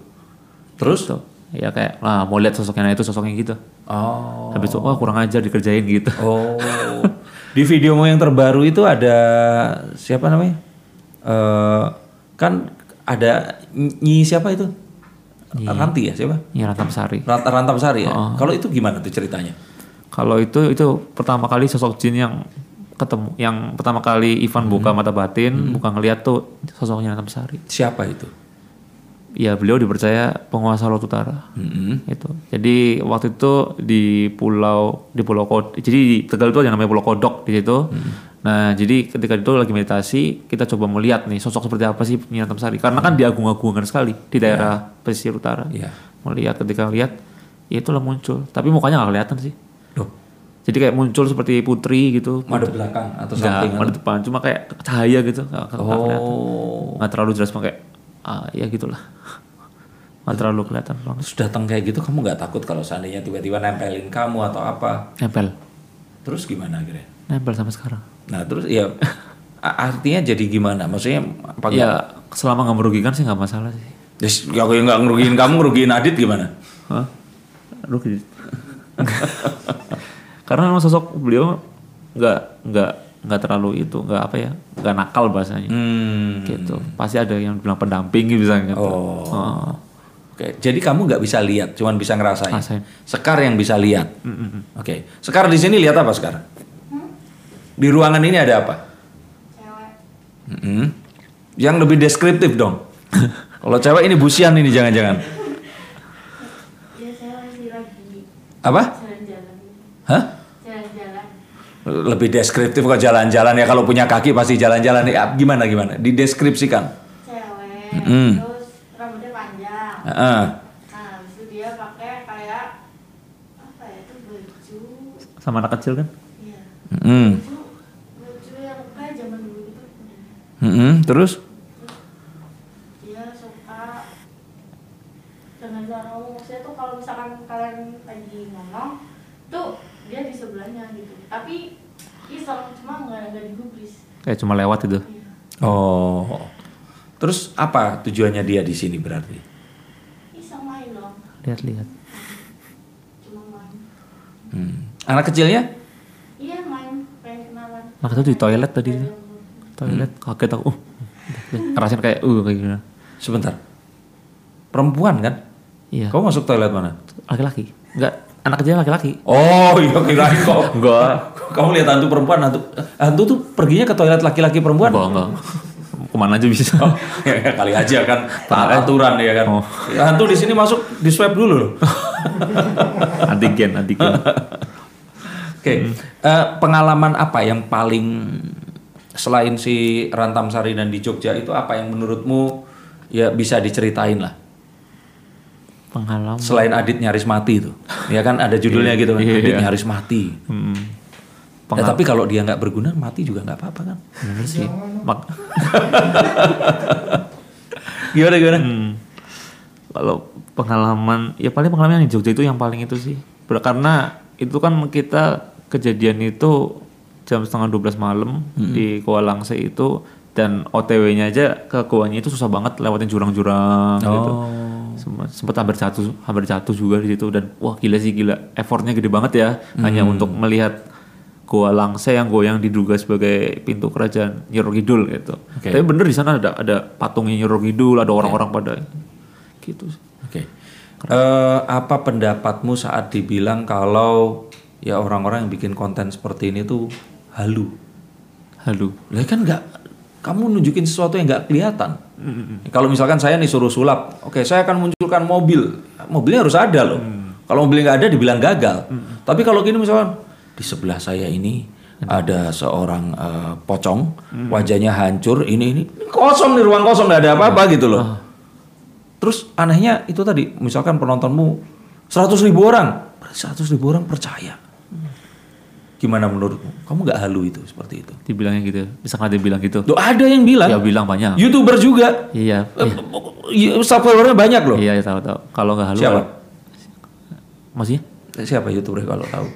[SPEAKER 1] Terus?
[SPEAKER 2] gitu ya kayak nah mau lihat sosoknya nah itu sosoknya gitu
[SPEAKER 1] Oh.
[SPEAKER 2] habis itu wah kurang ajar dikerjain gitu [laughs]
[SPEAKER 1] Oh. [laughs] Di videomu yang terbaru itu ada siapa namanya? Eh kan ada Nyi siapa itu? Ranti ya siapa?
[SPEAKER 2] ya Rantam Sari
[SPEAKER 1] Rant- Rantam Sari ya. Kalau itu gimana tuh ceritanya?
[SPEAKER 2] kalau itu itu pertama kali sosok jin yang ketemu yang pertama kali Ivan
[SPEAKER 1] Hmm.
[SPEAKER 2] buka mata batin buka ngeliat tuh sosoknya Rantam Sari
[SPEAKER 1] Siapa itu?
[SPEAKER 2] ya beliau dipercaya penguasa Laut Utara
[SPEAKER 1] Hmm,
[SPEAKER 2] itu gitu. jadi waktu itu di pulau di pulau Kodok jadi di Tegal itu ada yang namanya pulau Kodok di situ nah jadi ketika itu lagi meditasi kita coba melihat nih sosok seperti apa sih Nyi Rantam Sari karena kan diagung-agungkan sekali di daerah pesisir utara
[SPEAKER 1] Iya.
[SPEAKER 2] ya melihat ketika lihat ya itulah muncul tapi mukanya nggak kelihatan sih
[SPEAKER 1] Loh,
[SPEAKER 2] Jadi kayak muncul seperti putri gitu.
[SPEAKER 1] Madep belakang atau Oh,
[SPEAKER 2] Enggak,
[SPEAKER 1] samping.
[SPEAKER 2] pada depan. Cuma kayak cahaya gitu. Nggak, nggak kelihatan.
[SPEAKER 1] Oh,
[SPEAKER 2] Nggak terlalu jelas cuma kayak ah, ya gitulah. [laughs] Nggak terlalu kelihatan banget.
[SPEAKER 1] terus datang kayak gitu kamu nggak takut kalau seandainya tiba-tiba nempelin kamu atau apa?
[SPEAKER 2] Nempel.
[SPEAKER 1] Terus gimana akhirnya?
[SPEAKER 2] Nempel sampai sekarang.
[SPEAKER 1] Nah terus ya a- artinya jadi gimana? Maksudnya apa?
[SPEAKER 2] ya, selama nggak merugikan sih nggak masalah sih.
[SPEAKER 1] Yes, kalau yang nggak ngerugiin kamu ngerugiin Adit gimana?
[SPEAKER 2] Hah? Rugi. [laughs] Karena memang sosok beliau nggak nggak nggak terlalu itu nggak apa ya nggak nakal bahasanya
[SPEAKER 1] Hmm.
[SPEAKER 2] gitu pasti ada yang bilang pendamping gitu misalnya
[SPEAKER 1] Oh.
[SPEAKER 2] Oh.
[SPEAKER 1] Oke, jadi kamu nggak bisa lihat, cuman bisa ngerasain.
[SPEAKER 2] Ngerasain.
[SPEAKER 1] Sekar yang bisa lihat. Oke, Sekar di sini lihat apa Sekar? Di ruangan ini ada apa? Mm-mm. Yang lebih deskriptif dong. Kalau cewek ini busian ini jangan-jangan.
[SPEAKER 4] Ya saya masih lagi
[SPEAKER 1] Apa?
[SPEAKER 4] jalan-jalan.
[SPEAKER 1] Hah?
[SPEAKER 4] Jalan-jalan.
[SPEAKER 1] Lebih deskriptif kok jalan-jalan ya kalau punya kaki pasti jalan-jalan ya gimana gimana dideskripsikan.
[SPEAKER 4] Cewek.
[SPEAKER 1] Mm-mm.
[SPEAKER 4] Terus rambutnya panjang.
[SPEAKER 1] Heeh.
[SPEAKER 4] Nah, habis itu dia pakai kayak apa ya itu baju.
[SPEAKER 2] sama anak kecil kan
[SPEAKER 4] Iya.
[SPEAKER 1] Mm-mm.
[SPEAKER 4] Baju baju yang kayak zaman dulu gitu. itu.
[SPEAKER 1] Mm-mm. Hmm. Terus?
[SPEAKER 4] Dia suka dengan cara ngomong saya tuh kalau misalkan kalian lagi ngomong tuh dia di sebelahnya gitu. Tapi iseng cuma nggak nggak digubris.
[SPEAKER 2] kayak cuma lewat gitu
[SPEAKER 4] Iya.
[SPEAKER 1] Oh. Terus apa tujuannya dia di sini berarti?
[SPEAKER 4] Iseng main loh.
[SPEAKER 2] lihat-lihat
[SPEAKER 4] Cuma main.
[SPEAKER 1] Hmm. Anak kecilnya?
[SPEAKER 4] Iya main pengen kenalan.
[SPEAKER 2] Nah, itu di toilet tadi. toilet kaget aku uh, ngerasain kayak uh kayak gimana
[SPEAKER 1] Sebentar. Perempuan kan?
[SPEAKER 2] iya
[SPEAKER 1] Kamu masuk toilet mana?
[SPEAKER 2] laki-laki nggak anak kecil laki-laki
[SPEAKER 1] Oh, iya kirain kok.
[SPEAKER 2] enggak
[SPEAKER 1] Kamu lihat hantu perempuan, hantu hantu tuh perginya ke toilet laki-laki perempuan.
[SPEAKER 2] enggak [laughs] enggak kemana aja [laughs] bisa
[SPEAKER 1] Oh, ya, ya, kali aja kan taat aturan ya kan.
[SPEAKER 2] Oh.
[SPEAKER 1] Ya, Hantu di sini masuk di swab dulu
[SPEAKER 2] [laughs]
[SPEAKER 1] loh.
[SPEAKER 2] antigen antigen
[SPEAKER 1] Oke,
[SPEAKER 2] Hmm.
[SPEAKER 1] eh, pengalaman apa yang paling selain si Rantam Sari dan di Jogja itu apa yang menurutmu ya bisa diceritain lah?
[SPEAKER 2] Hmm. pengalaman
[SPEAKER 1] Selain Adit nyaris mati itu, ya kan ada judulnya gitu kan,
[SPEAKER 2] Iya.
[SPEAKER 1] Adit nyaris mati.
[SPEAKER 2] hmm.
[SPEAKER 1] Ya, tapi kalau dia nggak berguna mati juga nggak apa-apa kan?
[SPEAKER 2] bener Iya sih Mak-
[SPEAKER 1] Gimana gimana?
[SPEAKER 2] Hmm. Kalau pengalaman, ya paling pengalaman yang di Jogja itu yang paling itu sih. Ber- Karena itu kan kita kejadian itu jam setengah 12 malam di Goa Langse itu dan OTW-nya aja ke goanya itu susah banget lewatin jurang-jurang gitu.
[SPEAKER 1] Oh.
[SPEAKER 2] Sempat, sempat hampir jatuh, hampir jatuh juga di situ dan wah gila sih gila. Effortnya gede banget ya hanya untuk melihat Goa Langse yang goyang diduga sebagai pintu kerajaan Nyiro Kidul gitu.
[SPEAKER 1] Oke.
[SPEAKER 2] Tapi bener di sana ada ada patungnya Nyiro Kidul, ada orang-orang pada gitu. sih.
[SPEAKER 1] Oke. Eh, apa pendapatmu saat dibilang kalau ya orang-orang yang bikin konten seperti ini tuh halu?
[SPEAKER 2] Halu.
[SPEAKER 1] Lah kan nggak kamu nunjukin sesuatu yang nggak kelihatan. Kalau misalkan saya nih suruh sulap, oke saya akan munculkan mobil, mobilnya harus ada loh. Kalau mobilnya nggak ada dibilang gagal. Tapi kalau gini misalkan di sebelah saya ini ada seorang eh, pocong, wajahnya hancur, ini ini kosong nih ruang kosong nggak ada apa-apa gitu loh. Terus anehnya itu tadi misalkan penontonmu 100.000 ribu orang, 100.000 ribu orang percaya. Gimana menurutmu? Kamu nggak halu itu seperti itu?
[SPEAKER 2] Dibilangnya gitu. Bisa nggak dibilang gitu?
[SPEAKER 1] Tuh ada yang bilang,
[SPEAKER 2] Ya bilang banyak.
[SPEAKER 1] youtuber juga,
[SPEAKER 2] Iya.
[SPEAKER 1] Eh,
[SPEAKER 2] Iya,
[SPEAKER 1] subscribernya banyak loh.
[SPEAKER 2] iya, iya tahu tahu. Kalau nggak halu.
[SPEAKER 1] Siapa?
[SPEAKER 2] ada- Maksudnya?
[SPEAKER 1] Eh, Siapa youtuber kalau tahu?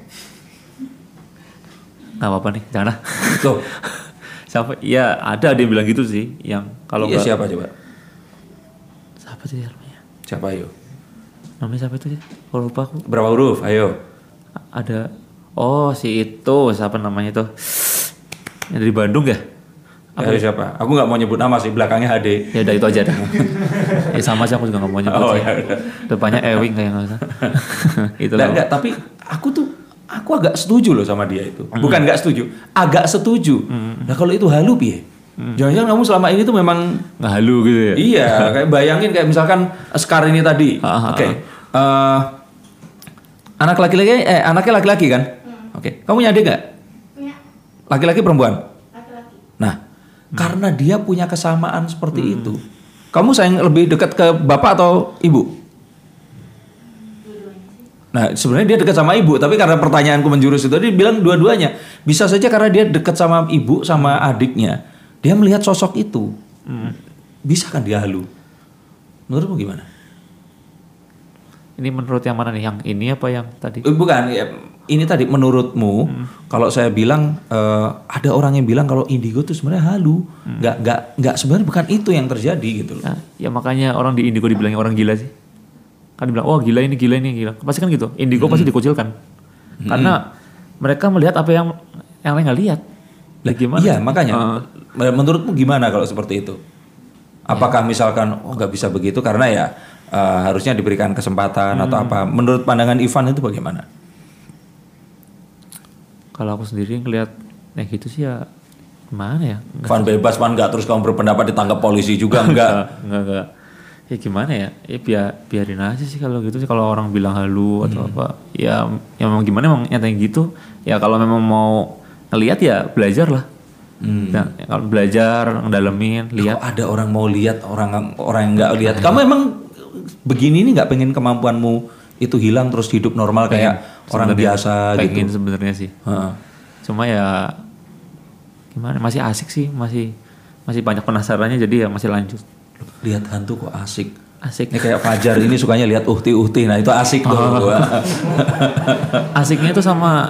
[SPEAKER 2] Nggak apa-apa nih, jangan ah.
[SPEAKER 1] [laughs] Loh,
[SPEAKER 2] [laughs] siapa? Iya, ada dia bilang gitu sih yang
[SPEAKER 1] kalau
[SPEAKER 2] kalau
[SPEAKER 1] iya,
[SPEAKER 2] nggak-
[SPEAKER 1] siapa coba?
[SPEAKER 2] Siapa sih namanya?
[SPEAKER 1] Siapa ayo?
[SPEAKER 2] Namanya siapa itu sih? Kalau lupa aku.
[SPEAKER 1] Berapa huruf? Ayo.
[SPEAKER 2] A- ada oh si itu siapa namanya tuh yang dari Bandung ya
[SPEAKER 1] Ayo siapa? Aku nggak mau nyebut nama sih, belakangnya HD.
[SPEAKER 2] ya udah itu aja
[SPEAKER 1] [laughs]
[SPEAKER 2] dah ya sama sih aku juga nggak mau nyebut
[SPEAKER 1] Oh,
[SPEAKER 2] sih.
[SPEAKER 1] ya udah.
[SPEAKER 2] depannya Ewing kayak nggak
[SPEAKER 1] [laughs]
[SPEAKER 2] usah itu
[SPEAKER 1] Nggak, nggak, tapi aku tuh aku agak setuju loh sama dia itu. Bukan nggak setuju, agak setuju. Nah kalau itu halu piye? Jangan-jangan kamu selama ini tuh memang
[SPEAKER 2] nggak halu gitu ya
[SPEAKER 1] Iya, kayak bayangin kayak misalkan Scar ini tadi.
[SPEAKER 2] Ah, ah,
[SPEAKER 1] Oke. eh, anak laki-laki eh anaknya laki-laki kan? Oke. Kamu punya adik nggak?
[SPEAKER 4] Punya
[SPEAKER 1] Laki-laki perempuan.
[SPEAKER 4] laki-laki.
[SPEAKER 1] Nah, karena dia punya kesamaan seperti itu. Kamu sayang lebih dekat ke bapak atau ibu?
[SPEAKER 4] Dua-duanya sih.
[SPEAKER 1] Nah, sebenarnya dia dekat sama ibu, tapi karena pertanyaanku menjurus itu dia bilang dua-duanya. Bisa saja karena dia dekat sama ibu sama adiknya, dia melihat sosok itu. Bisa kan dia halu? Menurutmu gimana?
[SPEAKER 2] Ini menurut yang mana nih? Yang ini apa yang tadi?
[SPEAKER 1] Eh, Bukan, ya, ini tadi menurutmu kalau saya bilang eh, ada orang yang bilang kalau indigo itu sebenarnya halu, nggak nggak nggak sebenarnya bukan itu yang terjadi gitu loh.
[SPEAKER 2] Nah, ya makanya orang di Indigo dibilangnya orang gila sih. Kan dibilang, oh gila ini, gila ini, gila. Pasti kan gitu. Indigo
[SPEAKER 1] Hmm.
[SPEAKER 2] pasti dikucilkan. Karena mereka melihat apa yang yang lain nggak lihat. Ya gimana?
[SPEAKER 1] Iya makanya. Menurutmu gimana kalau seperti itu? Apakah misalkan oh nggak bisa begitu karena ya eh, harusnya diberikan kesempatan atau apa? Menurut pandangan Ivan itu bagaimana?
[SPEAKER 2] Kalau aku sendiri ngelihat yang gitu sih ya gimana ya?
[SPEAKER 1] Ivan bebas pan nggak terus kamu berpendapat ditangkap polisi juga [laughs] nggak?
[SPEAKER 2] Enggak, enggak, enggak. Ya gimana ya? Ya biar biarin aja sih kalau gitu sih kalau orang bilang halu atau apa. Ya ya memang gimana emang nyatanya gitu. Ya kalau memang mau ngelihat ya belajar lah.
[SPEAKER 1] Hmm.
[SPEAKER 2] Nah, ya kalau belajar, ngedalemin, lihat.
[SPEAKER 1] Kok ada orang mau lihat orang orang yang nggak lihat. Kamu emang begini ini nggak pengen kemampuanmu itu hilang terus hidup normal kayak orang biasa gitu.
[SPEAKER 2] Pengen sebenarnya sih.
[SPEAKER 1] Heeh.
[SPEAKER 2] Cuma ya gimana? Masih asik sih, masih masih banyak penasarannya jadi ya masih lanjut.
[SPEAKER 1] Loh, Lihat hantu kok asik.
[SPEAKER 2] Asik. Oh.
[SPEAKER 1] Ini kayak Fajar ini sukanya lihat uhti-uhti. Nah, itu asik tuh.
[SPEAKER 2] [laughs] Asiknya itu sama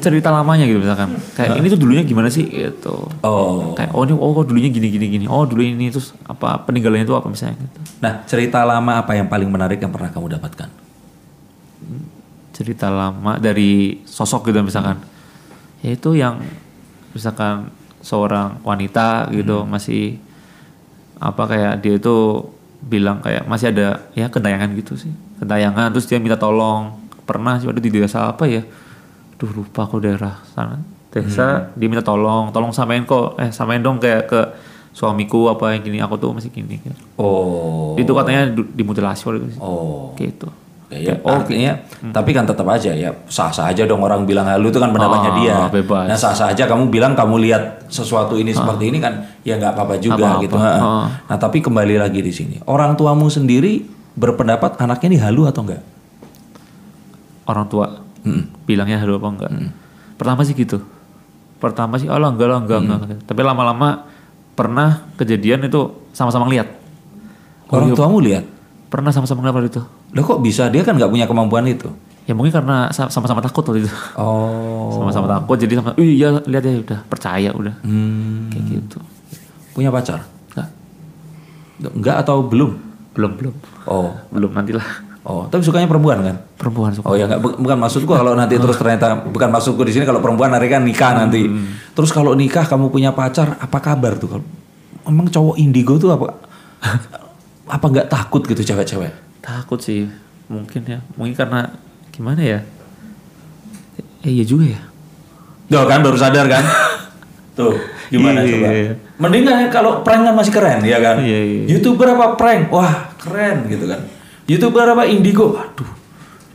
[SPEAKER 2] cerita lamanya gitu misalkan. Kayak ini tuh dulunya gimana sih gitu.
[SPEAKER 1] oh.
[SPEAKER 2] Kayak oh ini oh kok dulunya gini gini gini. Oh dulu ini terus apa peninggalannya itu apa misalnya gitu.
[SPEAKER 1] Nah, cerita lama apa yang paling menarik yang pernah kamu dapatkan?
[SPEAKER 2] Cerita lama dari sosok gitu misalkan. Yaitu yang misalkan seorang wanita
[SPEAKER 1] Hmm.
[SPEAKER 2] gitu masih apa kayak dia itu bilang kayak masih ada ya kentayangan gitu sih. Kentayangan terus dia minta tolong. Pernah sih waktu itu di desa apa ya? Duh lupa aku daerah sana. Desa
[SPEAKER 1] Hmm.
[SPEAKER 2] dia minta tolong, tolong samain kok eh samain dong kayak ke suamiku apa yang gini aku tuh masih gini gitu.
[SPEAKER 1] Oh.
[SPEAKER 2] Itu katanya du- dimutilasi waktu itu.
[SPEAKER 1] Oh.
[SPEAKER 2] Gitu.
[SPEAKER 1] Ya, artinya, tapi kan tetap aja ya sah-sah aja dong orang bilang halu itu kan pendapatnya
[SPEAKER 2] Ah,
[SPEAKER 1] dia.
[SPEAKER 2] bebas. Ah.
[SPEAKER 1] Nah sah-sah aja kamu bilang kamu lihat sesuatu ini seperti ini kan ya nggak apa-apa juga
[SPEAKER 2] Apa-apa.
[SPEAKER 1] gitu. Ha.
[SPEAKER 2] Ah.
[SPEAKER 1] Nah tapi kembali lagi di sini orang tuamu sendiri berpendapat anaknya ini halu atau enggak?
[SPEAKER 2] orang tua
[SPEAKER 1] Hmm.
[SPEAKER 2] bilangnya halu apa enggak pertama sih gitu pertama sih oh lah, enggak lah enggak
[SPEAKER 1] Hmm.
[SPEAKER 2] enggak tapi lama-lama pernah kejadian itu sama-sama ngeliat Oh, iya.
[SPEAKER 1] Orang tuamu lihat,
[SPEAKER 2] pernah sama-sama ngeliat waktu itu
[SPEAKER 1] loh kok bisa dia kan nggak punya kemampuan itu?
[SPEAKER 2] ya mungkin karena sa- sama-sama takut waktu itu
[SPEAKER 1] Oh.
[SPEAKER 2] sama-sama takut jadi sama "Ih, iya lihat ya udah percaya udah
[SPEAKER 1] Hmm.
[SPEAKER 2] kayak gitu
[SPEAKER 1] Punya pacar?
[SPEAKER 2] Enggak.
[SPEAKER 1] Enggak atau belum?
[SPEAKER 2] belum belum
[SPEAKER 1] Oh.
[SPEAKER 2] belum nantilah
[SPEAKER 1] Oh, tapi sukanya perempuan kan?
[SPEAKER 2] perempuan suka
[SPEAKER 1] Oh ya nggak bu- bukan maksudku kalau nanti terus ternyata bukan maksudku di sini kalau perempuan nanti kan nikah nanti.
[SPEAKER 2] Hmm.
[SPEAKER 1] Terus kalau nikah kamu punya pacar apa kabar tuh kalau emang cowok indigo tuh apa apa nggak takut gitu cewek-cewek?
[SPEAKER 2] takut sih mungkin ya mungkin karena gimana ya eh iya juga ya
[SPEAKER 1] Tuh kan baru sadar kan? [laughs] Tuh gimana
[SPEAKER 2] Iya,
[SPEAKER 1] coba?
[SPEAKER 2] iya, iya.
[SPEAKER 1] Mending kan kalau prank kan masih keren ya kan?
[SPEAKER 2] Iya, iya.
[SPEAKER 1] Youtuber apa prank? Wah keren gitu kan? Youtuber apa indigo? Waduh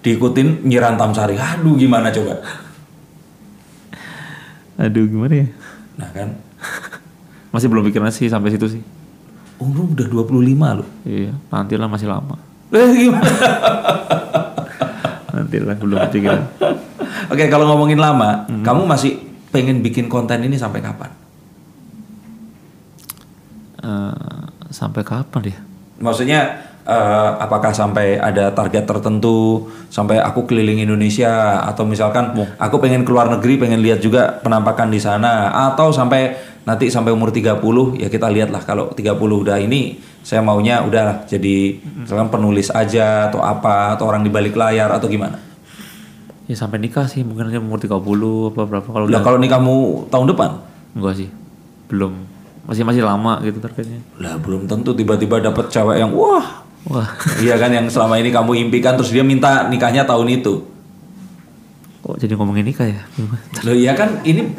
[SPEAKER 1] diikutin nyiran Tamsari. Aduh gimana coba?
[SPEAKER 2] aduh gimana ya
[SPEAKER 1] Nah
[SPEAKER 2] [laughs]
[SPEAKER 1] kan
[SPEAKER 2] masih belum pikiran sih sampai situ sih
[SPEAKER 1] umur udah 25 loh.
[SPEAKER 2] Iya, nantilah masih lama.
[SPEAKER 1] Eh, gimana? [laughs]
[SPEAKER 2] Nantilah belum pikiran.
[SPEAKER 1] Oke, kalau ngomongin lama, kamu masih pengen bikin konten ini sampai kapan?
[SPEAKER 2] Eh, sampai kapan ya?
[SPEAKER 1] Maksudnya eh, apakah sampai ada target tertentu sampai aku keliling Indonesia atau misalkan aku pengen keluar negeri, pengen lihat juga penampakan di sana atau sampai nanti sampai umur 30 ya kita lihatlah kalau 30 udah ini saya maunya udah jadi misalkan penulis aja atau apa atau orang di balik layar atau gimana.
[SPEAKER 2] Ya sampai nikah sih, mungkin aja umur 30 apa berapa kalau
[SPEAKER 1] Lah
[SPEAKER 2] udah
[SPEAKER 1] kalau nih kamu tahun depan
[SPEAKER 2] enggak sih. Belum. Masih masih lama gitu targetnya.
[SPEAKER 1] lah belum tentu tiba-tiba dapet cewek yang wah
[SPEAKER 2] Wah,
[SPEAKER 1] Iya kan yang selama ini kamu impikan terus dia minta nikahnya tahun itu.
[SPEAKER 2] kok jadi ngomongin nikah ya? Gimana?
[SPEAKER 1] Loh iya kan ini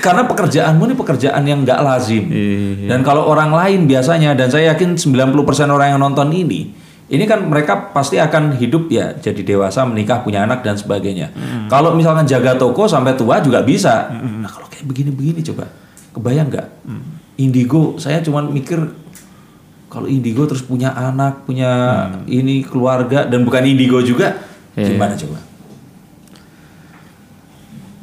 [SPEAKER 1] karena pekerjaanmu ini pekerjaan yang nggak lazim.
[SPEAKER 2] Iya.
[SPEAKER 1] Dan kalau orang lain biasanya dan saya yakin 90% orang yang nonton ini ini kan mereka pasti akan hidup ya jadi dewasa menikah punya anak dan sebagainya. Kalau misalkan jaga toko sampai tua juga bisa. Nah kalau kayak begini-begini coba kebayang nggak?
[SPEAKER 2] Mm.
[SPEAKER 1] Indigo saya cuman mikir kalau indigo terus punya anak punya ini keluarga dan bukan indigo juga
[SPEAKER 2] Mm. Iya,
[SPEAKER 1] Gimana coba?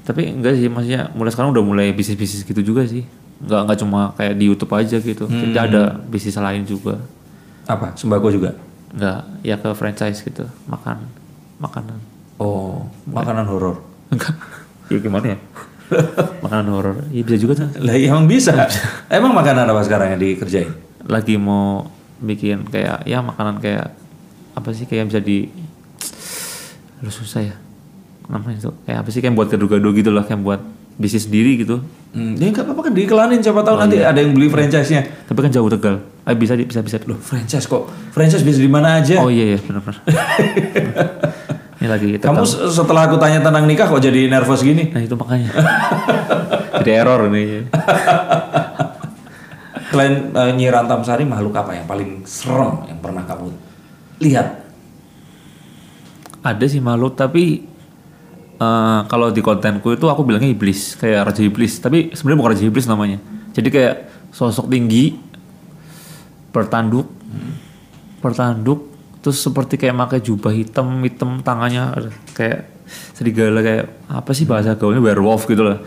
[SPEAKER 2] Tapi enggak sih maksudnya mulai sekarang udah mulai bisnis-bisnis gitu juga sih. Enggak enggak cuma kayak di YouTube aja gitu. Jadi ada bisnis lain juga.
[SPEAKER 1] Apa? Sembako juga?
[SPEAKER 2] Enggak, ya ke franchise gitu, makan makanan.
[SPEAKER 1] Oh,
[SPEAKER 2] Iya.
[SPEAKER 1] makanan horor.
[SPEAKER 2] Enggak. ya gimana ya? makanan horor. Iya bisa juga tuh.
[SPEAKER 1] Lah iya, emang bisa. emang makanan apa sekarang yang dikerjain?
[SPEAKER 2] Lagi mau bikin kayak ya makanan kayak apa sih kayak bisa di lu susah ya. Namanya tuh kayak apa sih kayak buat gado-gado gitu lah, kayak buat bisnis sendiri gitu.
[SPEAKER 1] Hmm, ya nggak apa-apa kan diiklanin siapa tahu nanti ada yang beli franchise-nya.
[SPEAKER 2] Tapi kan jauh Tegal. Eh bisa di- bisa bisa dulu.
[SPEAKER 1] Franchise kok? Franchise bisa di mana aja?
[SPEAKER 2] Oh iya iya benar-benar. Ini lagi kita.
[SPEAKER 1] Kamu se- setelah aku tanya tentang nikah kok jadi nervous gini?
[SPEAKER 2] Nah itu makanya. Jadi error ini. ya.
[SPEAKER 1] Selain eh, Nyi Rantam Sari makhluk apa yang paling serem yang pernah kamu lihat?
[SPEAKER 2] Ada sih makhluk tapi eh, kalau di kontenku itu aku bilangnya iblis kayak raja iblis tapi sebenarnya bukan raja iblis namanya. Jadi kayak sosok tinggi bertanduk bertanduk terus seperti kayak pakai jubah hitam hitam tangannya ada kayak serigala kayak apa sih bahasa gaulnya werewolf gitu lah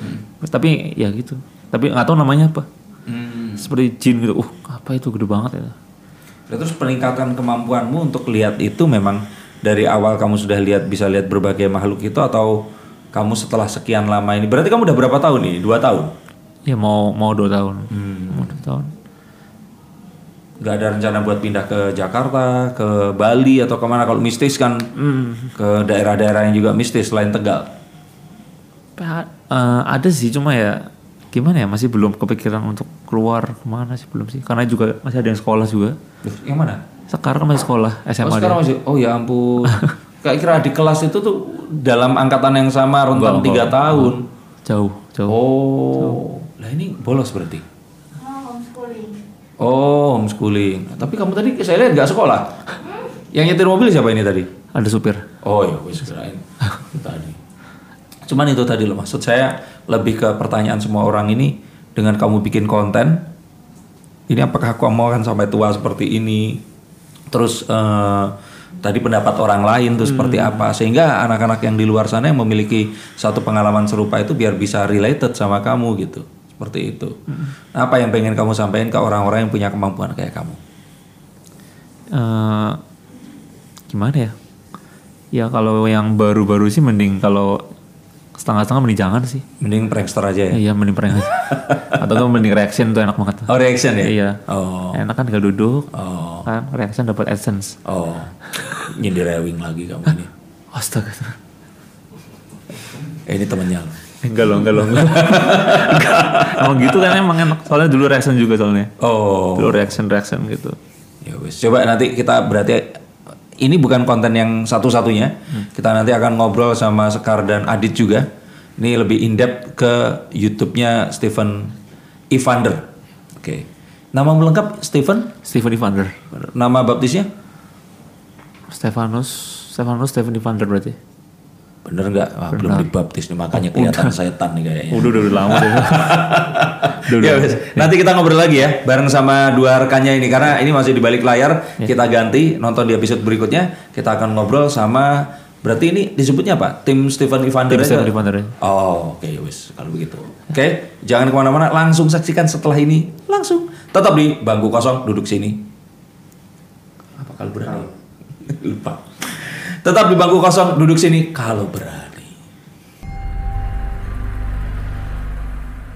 [SPEAKER 2] tapi ya gitu tapi nggak tahu namanya apa
[SPEAKER 1] Hmm.
[SPEAKER 2] seperti jin gitu uh apa itu gede banget ya
[SPEAKER 1] Ya, Terus peningkatan kemampuanmu untuk lihat itu memang dari awal kamu sudah lihat bisa lihat berbagai makhluk itu atau kamu setelah sekian lama ini berarti kamu udah berapa tahun nih? Dua tahun?
[SPEAKER 2] ya mau mau dua tahun mau dua tahun
[SPEAKER 1] Gak ada rencana buat pindah ke Jakarta, ke Bali atau kemana kalau mistis kan ke daerah-daerah yang juga mistis selain Tegal.
[SPEAKER 2] Pa- eh, ada sih cuma ya gimana ya masih belum kepikiran untuk keluar kemana sih belum sih karena juga masih ada yang sekolah juga
[SPEAKER 1] Duh, yang mana?
[SPEAKER 2] sekarang kan masih sekolah SMA
[SPEAKER 1] Oh,
[SPEAKER 2] dia.
[SPEAKER 1] sekarang masih, oh ya [laughs] ampun. Kayak kira di kelas itu tuh dalam angkatan yang sama rentang tiga tahun.
[SPEAKER 2] jauh jauh
[SPEAKER 1] Oh, lah ini bolos berarti.
[SPEAKER 4] Oh, homeschooling.
[SPEAKER 1] Oh, homeschooling. Tapi kamu tadi saya lihat nggak sekolah.
[SPEAKER 4] Hmm?
[SPEAKER 1] yang nyetir mobil siapa ini tadi?
[SPEAKER 2] ada supir
[SPEAKER 1] Oh ya, wis kirain tadi. Cuman itu tadi loh maksud saya lebih ke pertanyaan semua orang ini dengan kamu bikin konten ini apakah kamu akan sampai tua seperti ini? Terus eh, tadi pendapat orang lain tuh seperti
[SPEAKER 2] Hmm.
[SPEAKER 1] apa sehingga anak-anak yang di luar sana yang memiliki satu pengalaman serupa itu biar bisa related sama kamu gitu. Seperti itu.
[SPEAKER 2] Hmm.
[SPEAKER 1] Apa yang pengen kamu sampaikan ke orang-orang yang punya kemampuan kayak kamu?
[SPEAKER 2] Eh, gimana ya ya kalau yang baru-baru sih mending kalau setengah-setengah mending jangan sih
[SPEAKER 1] Mending prankster aja ya.
[SPEAKER 2] iya mending
[SPEAKER 1] [laughs]
[SPEAKER 2] prank aja atau kan mending reaction tuh enak banget
[SPEAKER 1] Oh, reaction ya?
[SPEAKER 2] iya
[SPEAKER 1] Oh.
[SPEAKER 2] enak kan tinggal duduk
[SPEAKER 1] Oh.
[SPEAKER 2] kan reaction dapat essence
[SPEAKER 1] Oh, nyindir Ewing lagi kamu ini.
[SPEAKER 2] astaga
[SPEAKER 1] Eh, ini temennya lo.
[SPEAKER 2] enggak loh enggak loh enggak. Enggak. [laughs] emang gitu kan emang enak soalnya dulu reaction juga soalnya
[SPEAKER 1] Oh,
[SPEAKER 2] dulu reaction reaction gitu
[SPEAKER 1] ya wes. Coba nanti kita berarti ini bukan konten yang satu-satunya. Kita nanti akan ngobrol sama Sekar dan Adit juga. Ini lebih in depth ke YouTube-nya Stephen Evander. Oke. Nama lengkap Stephen?
[SPEAKER 2] Stephen Evander
[SPEAKER 1] Nama baptisnya?
[SPEAKER 2] Stefanus Stefanus Stephen Evander berarti
[SPEAKER 1] Bener nggak? Wah, belum dibaptis nih makanya kelihatan setan nih kayaknya.
[SPEAKER 2] udah udah, udah [laughs] lama deh Udah, udah.
[SPEAKER 1] Ya, wes. nanti kita ngobrol lagi ya bareng sama dua rekannya ini karena ini masih di balik layar
[SPEAKER 2] Ya.
[SPEAKER 1] kita ganti nonton di episode berikutnya kita akan ngobrol sama berarti ini disebutnya apa tim Stephen Evander
[SPEAKER 2] Tim
[SPEAKER 1] aja?
[SPEAKER 2] Stephen Evander aja.
[SPEAKER 1] oh oke wes kalau begitu oke jangan kemana-mana langsung saksikan setelah ini langsung tetap di bangku kosong duduk sini [laughs] apa kalau berani lupa tetap di bangku kosong duduk sini kalau berani